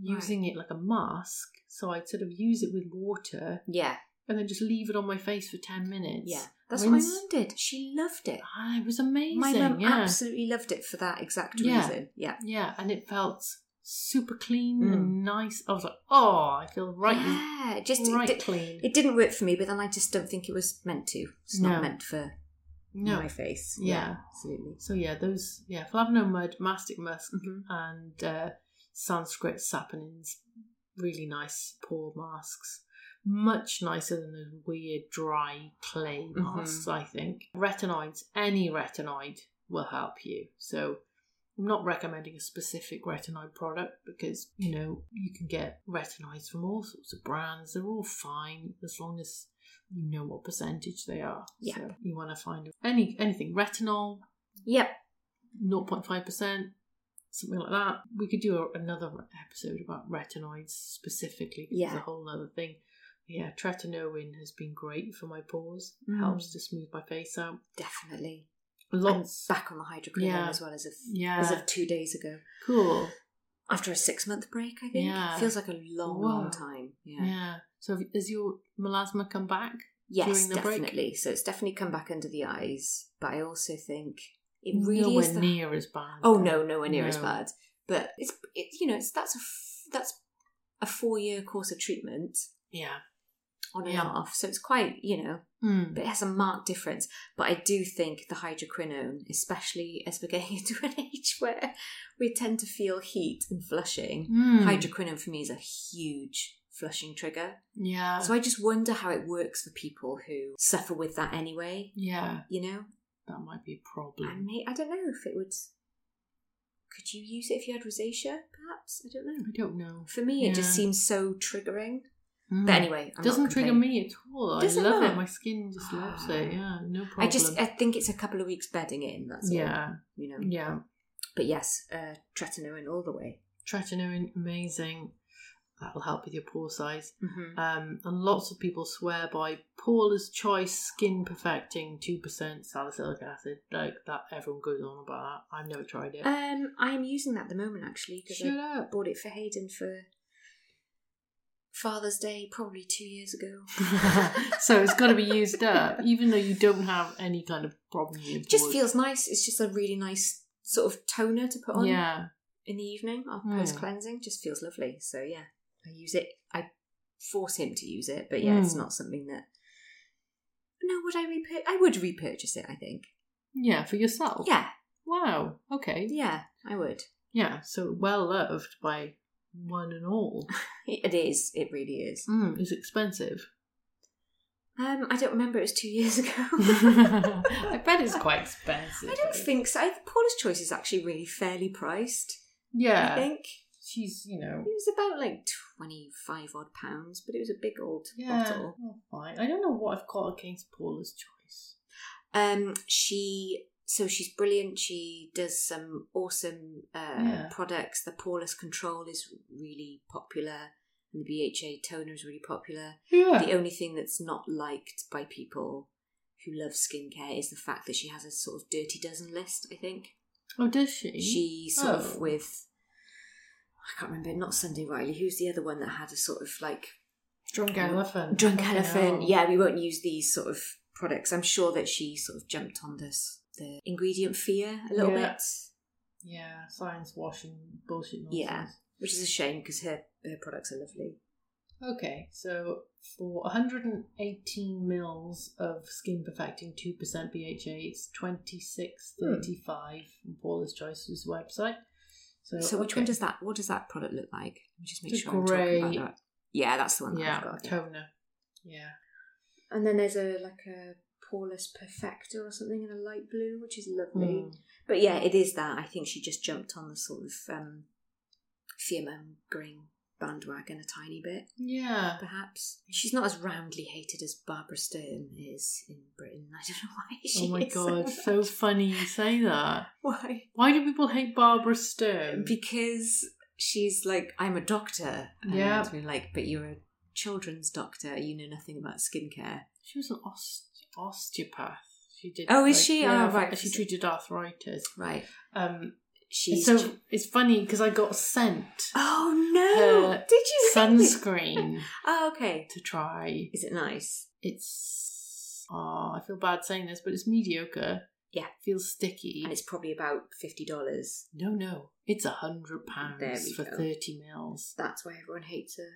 Speaker 2: using it like a mask, so I'd sort of use it with water
Speaker 3: Yeah.
Speaker 2: and then just leave it on my face for ten minutes.
Speaker 3: Yeah. That's
Speaker 2: Rinse-
Speaker 3: what my mum did. She loved it.
Speaker 2: Ah, it was amazing.
Speaker 3: My mum
Speaker 2: yeah.
Speaker 3: absolutely loved it for that exact
Speaker 2: Yeah.
Speaker 3: reason. Yeah.
Speaker 2: yeah, and it felt super clean
Speaker 3: Mm.
Speaker 2: and nice. I was like, oh, I feel right,
Speaker 3: Yeah. Just it
Speaker 2: right
Speaker 3: did-
Speaker 2: clean.
Speaker 3: It didn't work for me, but then I just don't think it was meant to. It's
Speaker 2: No.
Speaker 3: not meant for
Speaker 2: no,
Speaker 3: my face.
Speaker 2: Yeah.
Speaker 3: absolutely.
Speaker 2: So yeah, those yeah, Flavno Mud, Mastic Musk,
Speaker 3: Mhm.
Speaker 2: and uh, Sanskrit saponins, really nice pore masks. Much nicer than those weird dry clay
Speaker 3: Mhm.
Speaker 2: masks, I think. Retinoids, any retinoid will help you. So I'm not recommending a specific retinoid product because you know you can get retinoids from all sorts of brands. They're all fine as long as you know what percentage they are.
Speaker 3: Yeah.
Speaker 2: So you want to find any anything retinol,
Speaker 3: Yep.
Speaker 2: 0.5%, something like that. We could do a, another episode about retinoids specifically. 'cause It's
Speaker 3: Yeah.
Speaker 2: a whole other thing. Yeah, tretinoin has been great for my pores.
Speaker 3: Mm.
Speaker 2: Helps to smooth my face out.
Speaker 3: Definitely.
Speaker 2: Lots.
Speaker 3: I'm back on the hydroquinone
Speaker 2: Yeah.
Speaker 3: as well as of
Speaker 2: Yeah.
Speaker 3: as of two days ago.
Speaker 2: Cool.
Speaker 3: After a six month break, I think
Speaker 2: Yeah.
Speaker 3: feels like a long,
Speaker 2: Whoa.
Speaker 3: long time.
Speaker 2: Yeah.
Speaker 3: Yeah.
Speaker 2: So have- has your melasma come back?
Speaker 3: Yes,
Speaker 2: During the break?
Speaker 3: definitely. So it's definitely come back under the eyes, but I also think it really
Speaker 2: Nowhere
Speaker 3: is. The...
Speaker 2: near as bad.
Speaker 3: oh no, nowhere near as
Speaker 2: No.
Speaker 3: bad. But it's it, you know it's that's a f- that's a four year course of treatment
Speaker 2: Yeah.
Speaker 3: on and
Speaker 2: Yeah.
Speaker 3: off, so it's quite you know
Speaker 2: Mm.
Speaker 3: but it has a marked difference. But I do think the hydroquinone, especially as we're getting into an age where we tend to feel heat and flushing,
Speaker 2: Mm.
Speaker 3: hydroquinone for me is a huge flushing trigger.
Speaker 2: Yeah.
Speaker 3: So I just wonder how it works for people who suffer with that anyway.
Speaker 2: yeah.
Speaker 3: You know,
Speaker 2: That might be a
Speaker 3: I
Speaker 2: problem.
Speaker 3: may I don't know if it would. Could you use it if you had rosacea? Perhaps I don't
Speaker 2: I
Speaker 3: know.
Speaker 2: don't know.
Speaker 3: For me, it just
Speaker 2: Yeah.
Speaker 3: seems so triggering.
Speaker 2: Mm.
Speaker 3: But anyway, I'm not
Speaker 2: doesn't trigger
Speaker 3: complaining.
Speaker 2: me at all.
Speaker 3: Does it
Speaker 2: I love
Speaker 3: not?
Speaker 2: it. My skin just loves it. Yeah, no problem.
Speaker 3: I just I think it's a couple of weeks bedding in. That's all.
Speaker 2: yeah,
Speaker 3: You know.
Speaker 2: yeah.
Speaker 3: But yes, uh, tretinoin all the way.
Speaker 2: Tretinoin, amazing. That'll help with your pore size.
Speaker 3: Mm-hmm.
Speaker 2: Um, and lots of people swear by Paula's Choice Skin Perfecting two percent salicylic acid. Like that, everyone goes on about that. I've never tried it.
Speaker 3: Um, I'm using that at the moment actually because
Speaker 2: Shut
Speaker 3: I
Speaker 2: up.
Speaker 3: bought it for Hayden for Father's Day probably two years ago.
Speaker 2: so it's got to be used up, even though you don't have any kind of problem. with your
Speaker 3: It just
Speaker 2: pores.
Speaker 3: feels nice. It's just a really nice sort of toner to put on
Speaker 2: Yeah,
Speaker 3: in the evening after
Speaker 2: Mm.
Speaker 3: post cleansing. Just feels lovely. So yeah, I use it. I force him to use it, but yeah, it's
Speaker 2: Mm.
Speaker 3: not something that. No, would I repur? I would repurchase it. I think.
Speaker 2: yeah, for yourself.
Speaker 3: Yeah,
Speaker 2: Wow. Okay.
Speaker 3: yeah, I would.
Speaker 2: Yeah, so well loved by one and all.
Speaker 3: It is. It really is.
Speaker 2: Mm, it's expensive.
Speaker 3: Um, I don't remember. It was two years ago.
Speaker 2: I bet it's quite expensive.
Speaker 3: I don't think so. I think Paula's Choice is actually really fairly priced. I
Speaker 2: Yeah,
Speaker 3: think
Speaker 2: she's you know.
Speaker 3: it was about like twenty-five odd pounds, but it was a big old
Speaker 2: Yeah,
Speaker 3: bottle.
Speaker 2: well, fine. I don't know what I've got against Paula's choice.
Speaker 3: Um, she so she's brilliant. She does some awesome uh,
Speaker 2: Yeah.
Speaker 3: products. The Paula's Control is really popular. and the BHA toner is really popular.
Speaker 2: Yeah.
Speaker 3: The only thing that's not liked by people who love skincare is the fact that she has a sort of dirty dozen list, I think.
Speaker 2: oh, does she?
Speaker 3: She sort of
Speaker 2: Oh.
Speaker 3: with I can't remember, not Sunday Riley, who's the other one that had a sort of like
Speaker 2: Drunk elephant.
Speaker 3: drunk
Speaker 2: Fucking
Speaker 3: elephant.
Speaker 2: hell.
Speaker 3: Yeah, we won't use these sort of products. I'm sure that she sort of jumped on this the ingredient fear a little
Speaker 2: Yeah.
Speaker 3: bit.
Speaker 2: Yeah, science washing bullshit nonsense.
Speaker 3: Yeah. Which is a shame because her, her products are lovely.
Speaker 2: Okay, so for 118 mils of skin perfecting 2% BHA, it's
Speaker 3: Hmm.
Speaker 2: 26.35 on Paula's Choice's website. So,
Speaker 3: So which
Speaker 2: Oh,
Speaker 3: one
Speaker 2: okay.
Speaker 3: does that? What does that product look like? Let me just make
Speaker 2: The
Speaker 3: sure I'm
Speaker 2: grey-
Speaker 3: talking about that. Yeah, that's the one. That
Speaker 2: Yeah,
Speaker 3: I've got, yeah.
Speaker 2: toner. Yeah.
Speaker 3: And then there's a like a poreless perfector or something in a light blue, which is lovely.
Speaker 2: Mm.
Speaker 3: But yeah, it is that. I think she just jumped on the sort of um, fearmongering bandwagon a tiny bit,
Speaker 2: Yeah.
Speaker 3: perhaps. She's not as roundly hated as Barbara Stern is in Britain. I don't know why she.
Speaker 2: oh my
Speaker 3: is
Speaker 2: god, so
Speaker 3: much.
Speaker 2: funny you say that.
Speaker 3: Why?
Speaker 2: Why do people hate Barbara Stern?
Speaker 3: because she's like, I'm a doctor. And
Speaker 2: Yeah.
Speaker 3: we're like, but you're a children's doctor. You know nothing about skincare.
Speaker 2: she was an os- osteopath. She did.
Speaker 3: Oh, is she?
Speaker 2: Yeah,
Speaker 3: Oh, right.
Speaker 2: She treated arthritis.
Speaker 3: Right.
Speaker 2: Um,
Speaker 3: She's.
Speaker 2: so it's funny because I got sent
Speaker 3: oh no!
Speaker 2: Her
Speaker 3: Did you? really?
Speaker 2: sunscreen
Speaker 3: Oh, okay.
Speaker 2: to try.
Speaker 3: Is it nice?
Speaker 2: It's oh, I feel bad saying this, but it's mediocre.
Speaker 3: Yeah.
Speaker 2: feels sticky.
Speaker 3: And it's probably about fifty dollars.
Speaker 2: no, no, it's a hundred
Speaker 3: There
Speaker 2: pounds
Speaker 3: we
Speaker 2: for
Speaker 3: go.
Speaker 2: thirty mils.
Speaker 3: That's why everyone hates her.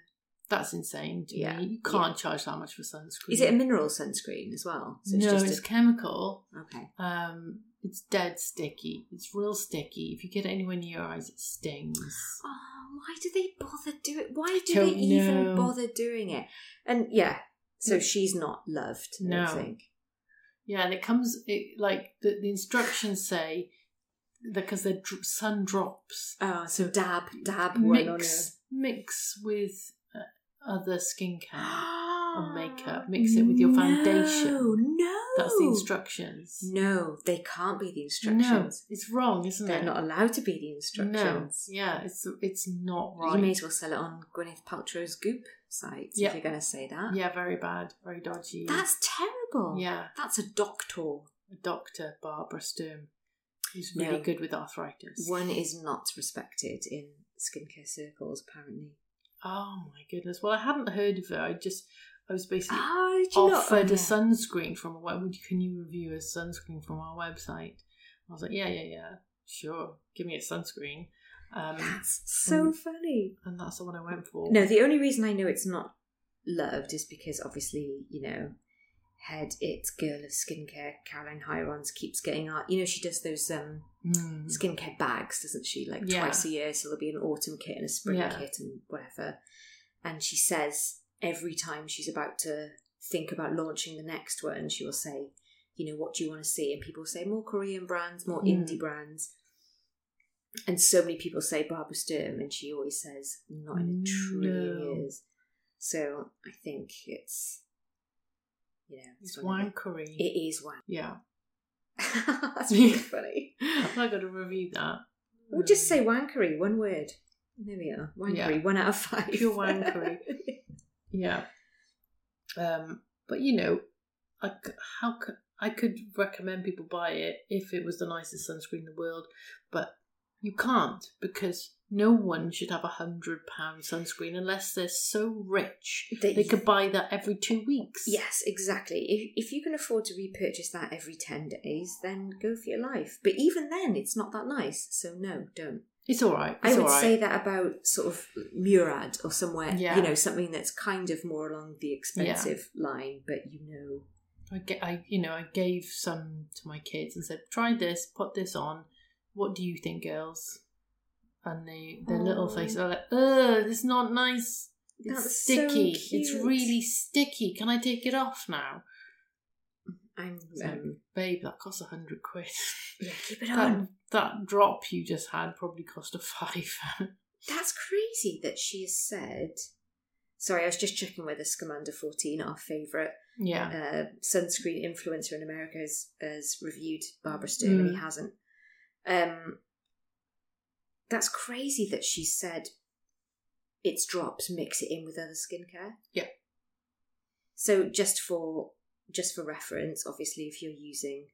Speaker 2: That's insane to
Speaker 3: Yeah.
Speaker 2: me. You can't charge that much for sunscreen.
Speaker 3: Is it a mineral sunscreen as well?
Speaker 2: no, it's chemical.
Speaker 3: a, okay.
Speaker 2: Um, it's dead sticky. It's real sticky. If you get it anywhere near your eyes, it stings.
Speaker 3: Oh, why do they bother do it? Why do
Speaker 2: don't
Speaker 3: they even
Speaker 2: know. Mm.
Speaker 3: bother doing it? And yeah, so she's not loved. I
Speaker 2: No.
Speaker 3: don't think.
Speaker 2: Yeah, and it comes it, like the, the instructions say because they're dr- sun drops.
Speaker 3: Oh, so dab, dab one on
Speaker 2: Ah, mix mix with uh, other skincare.
Speaker 3: her.
Speaker 2: makeup. Mix it with your foundation.
Speaker 3: No, no.
Speaker 2: That's the instructions.
Speaker 3: No, they can't be the
Speaker 2: No,
Speaker 3: instructions.
Speaker 2: it's wrong, isn't
Speaker 3: They're
Speaker 2: it?
Speaker 3: not allowed to be the
Speaker 2: no,
Speaker 3: instructions.
Speaker 2: yeah, it's it's not right.
Speaker 3: You may as well sell it on Gwyneth Paltrow's Goop site
Speaker 2: Yeah.
Speaker 3: if you're going to say that.
Speaker 2: Yeah, very bad, very dodgy.
Speaker 3: That's terrible.
Speaker 2: yeah,
Speaker 3: That's a doctor.
Speaker 2: a doctor Barbara Sturm, who's
Speaker 3: No.
Speaker 2: really good with arthritis.
Speaker 3: One is not respected in skincare circles, apparently.
Speaker 2: Oh my goodness! Well, I hadn't heard of it. I just I was basically
Speaker 3: Oh, did you not?
Speaker 2: offered
Speaker 3: Oh,
Speaker 2: a
Speaker 3: yeah.
Speaker 2: sunscreen from a web. would you- Can you review a sunscreen from our website? I was like, yeah, yeah, yeah, sure. Give me a sunscreen. Um,
Speaker 3: That's so
Speaker 2: Mm.
Speaker 3: funny.
Speaker 2: and that's the one I went for.
Speaker 3: No, the only reason I know it's not loved is because obviously, you know, head it's girl of skincare, Caroline Hirons keeps getting art. You know, she does those um
Speaker 2: Mm.
Speaker 3: skincare bags, doesn't she? Like
Speaker 2: Yeah.
Speaker 3: twice a year, so there'll be an autumn kit and a spring
Speaker 2: Yeah.
Speaker 3: kit and whatever. And she says every time she's about to think about launching the next one, she will say, you know, what do you want to see? And people say more Korean brands, more
Speaker 2: Mm.
Speaker 3: indie brands. And so many people say Barbara Sturm, and she always says, not in a trillion
Speaker 2: No.
Speaker 3: years. So I think it's, you know,
Speaker 2: It's
Speaker 3: one of the-
Speaker 2: wankery.
Speaker 3: It is wank.
Speaker 2: yeah,
Speaker 3: That's really funny.
Speaker 2: I got to review that.
Speaker 3: We'll just say wankery, one word. There we are. Wankery, one out of five.
Speaker 2: Pure wankery. Yeah. Um, but you know, I c- how c- I could recommend people buy it if it was the nicest sunscreen in the world, but you can't because no one should have a hundred pound sunscreen unless they're so rich
Speaker 3: That
Speaker 2: they
Speaker 3: you-
Speaker 2: could buy that every two weeks.
Speaker 3: yes, exactly. If, if you can afford to repurchase that every 10 days, then go for your life. But even then, it's not that nice. So, no, don't.
Speaker 2: it's all right.
Speaker 3: I
Speaker 2: It's
Speaker 3: would
Speaker 2: all right.
Speaker 3: say that about sort of Murad or somewhere,
Speaker 2: Yeah.
Speaker 3: you know, something that's kind of more along the expensive line, but you know.
Speaker 2: I get, I you know, I gave some to my kids and said, "Try this, put this on. What do you think, girls?" And they, their little
Speaker 3: Aw.
Speaker 2: faces are like, "Ugh, this is not nice. It's
Speaker 3: That's so
Speaker 2: sticky. It's
Speaker 3: cute."
Speaker 2: really sticky. Can I take it off now,
Speaker 3: I'm.
Speaker 2: So-
Speaker 3: Um,
Speaker 2: babe? That costs a hundred quid.
Speaker 3: yeah, keep it
Speaker 2: that
Speaker 3: on.
Speaker 2: that drop you just had probably cost a five.
Speaker 3: That's crazy that she has said. Sorry, I was just checking whether Scamander 14, our favourite,
Speaker 2: yeah,
Speaker 3: uh, sunscreen influencer in America has, has reviewed Barbara Sturm and he
Speaker 2: Mm.
Speaker 3: hasn't. Um, that's crazy that she said its drops mix it in with other skincare.
Speaker 2: Yeah.
Speaker 3: So just for just for reference, obviously, if you're using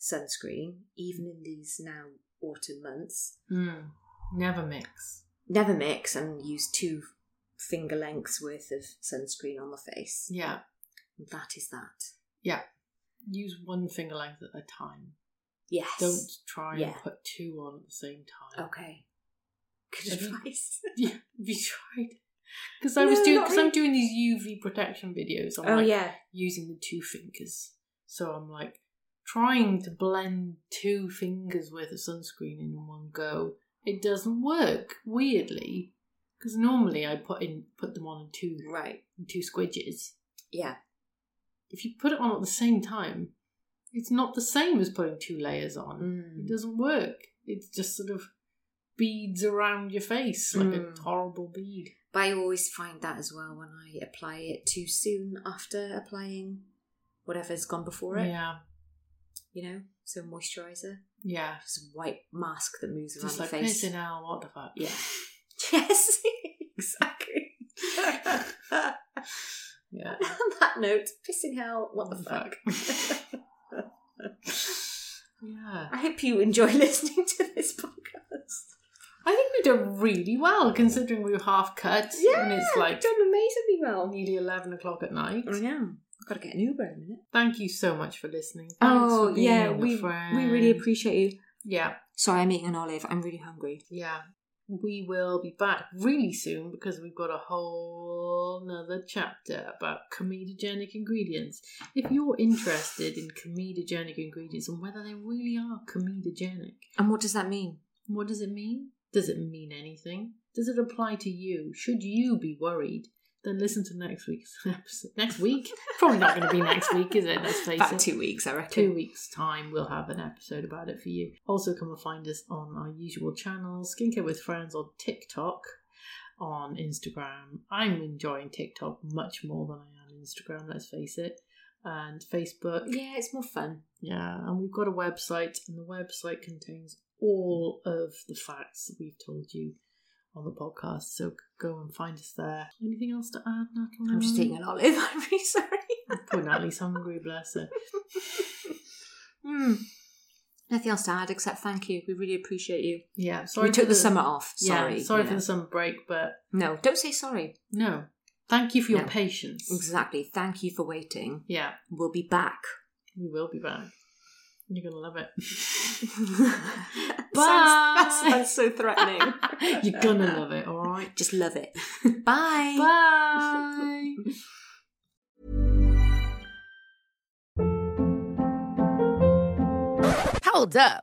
Speaker 3: sunscreen, even in these now autumn months,
Speaker 2: Mm. Never mix.
Speaker 3: never mix and use two finger lengths worth of sunscreen on the face.
Speaker 2: Yeah.
Speaker 3: That is that.
Speaker 2: Yeah. Use one finger length at a time.
Speaker 3: Yes.
Speaker 2: Don't try and
Speaker 3: Yeah.
Speaker 2: put two on at the same time.
Speaker 3: Okay. Good
Speaker 2: Have you-
Speaker 3: advice.
Speaker 2: Yeah, have you tried? Because I was
Speaker 3: No,
Speaker 2: doing
Speaker 3: not
Speaker 2: because I'm doing these UV protection videos. I'm
Speaker 3: oh
Speaker 2: like
Speaker 3: yeah.
Speaker 2: using the two fingers, so I'm like trying to blend two fingers worth of sunscreen in one go. It doesn't work weirdly because normally I put in put them on in two
Speaker 3: Right.
Speaker 2: in two squidges.
Speaker 3: Yeah.
Speaker 2: If you put it on at the same time, it's not the same as putting two layers on.
Speaker 3: Mm.
Speaker 2: It doesn't work. It's just sort of beads around your face like
Speaker 3: Mm.
Speaker 2: a horrible bead.
Speaker 3: But I always find that as well when I apply it too soon after applying whatever's gone before it.
Speaker 2: Yeah,
Speaker 3: You know, so moisturizer,
Speaker 2: yeah.
Speaker 3: just a white mask that moves around
Speaker 2: Just like
Speaker 3: the face.
Speaker 2: face. now, what the fuck?
Speaker 3: Yeah. Yes, exactly.
Speaker 2: yeah.
Speaker 3: On that note, pissing hell, what
Speaker 2: Oh,
Speaker 3: the fuck?
Speaker 2: yeah.
Speaker 3: I hope you enjoy listening to this podcast.
Speaker 2: I think we did really well considering we were half cut and it's like
Speaker 3: done amazingly well.
Speaker 2: nearly eleven o'clock at night.
Speaker 3: I am. I've got to get an Uber in a minute.
Speaker 2: Thank you so much for listening. Thanks
Speaker 3: Oh
Speaker 2: for being
Speaker 3: yeah,
Speaker 2: a
Speaker 3: we we
Speaker 2: friend.
Speaker 3: really appreciate you.
Speaker 2: Yeah,
Speaker 3: Sorry, I'm eating an olive. I'm really hungry.
Speaker 2: yeah. We will be back really soon because we've got a whole nother chapter about comedogenic ingredients. If you're interested in comedogenic ingredients and whether they really are comedogenic,
Speaker 3: And what does that mean?
Speaker 2: What does it mean? Does it mean anything? Does it apply to you? Should you be worried? Then listen to next week's episode. Next week? Probably not going to be next week, is it? Let's face
Speaker 3: About
Speaker 2: it.
Speaker 3: two weeks, I reckon.
Speaker 2: Two weeks' time, we'll have an episode about it for you. Also, come and find us on our usual channels Skincare with Friends on TikTok, on Instagram. I'm enjoying TikTok much more than I am Instagram, let's face it, and Facebook.
Speaker 3: Yeah, it's more fun.
Speaker 2: Yeah, and we've got a website, and the website contains all of the facts that we've told you on the podcast. So g- go and find us there. Anything else to add, Natalie?
Speaker 3: I'm just eating an olive. I'm really sorry.
Speaker 2: Poor Natalie's hungry, bless her.
Speaker 3: Hmm. Nothing else to add except thank you. We really appreciate you.
Speaker 2: Yeah, sorry.
Speaker 3: we took
Speaker 2: for
Speaker 3: the, summer off. Sorry.
Speaker 2: yeah, sorry
Speaker 3: you
Speaker 2: for
Speaker 3: know.
Speaker 2: the summer break, but
Speaker 3: No, don't say sorry.
Speaker 2: no. Thank you for your
Speaker 3: No.
Speaker 2: patience.
Speaker 3: Exactly. Thank you for waiting.
Speaker 2: Yeah,
Speaker 3: We'll be back.
Speaker 2: we will be back. You're gonna love it.
Speaker 3: Sounds- that sounds so threatening.
Speaker 2: You're gonna love it. All right.
Speaker 3: Just love it. Bye.
Speaker 2: Bye.
Speaker 4: Hold up.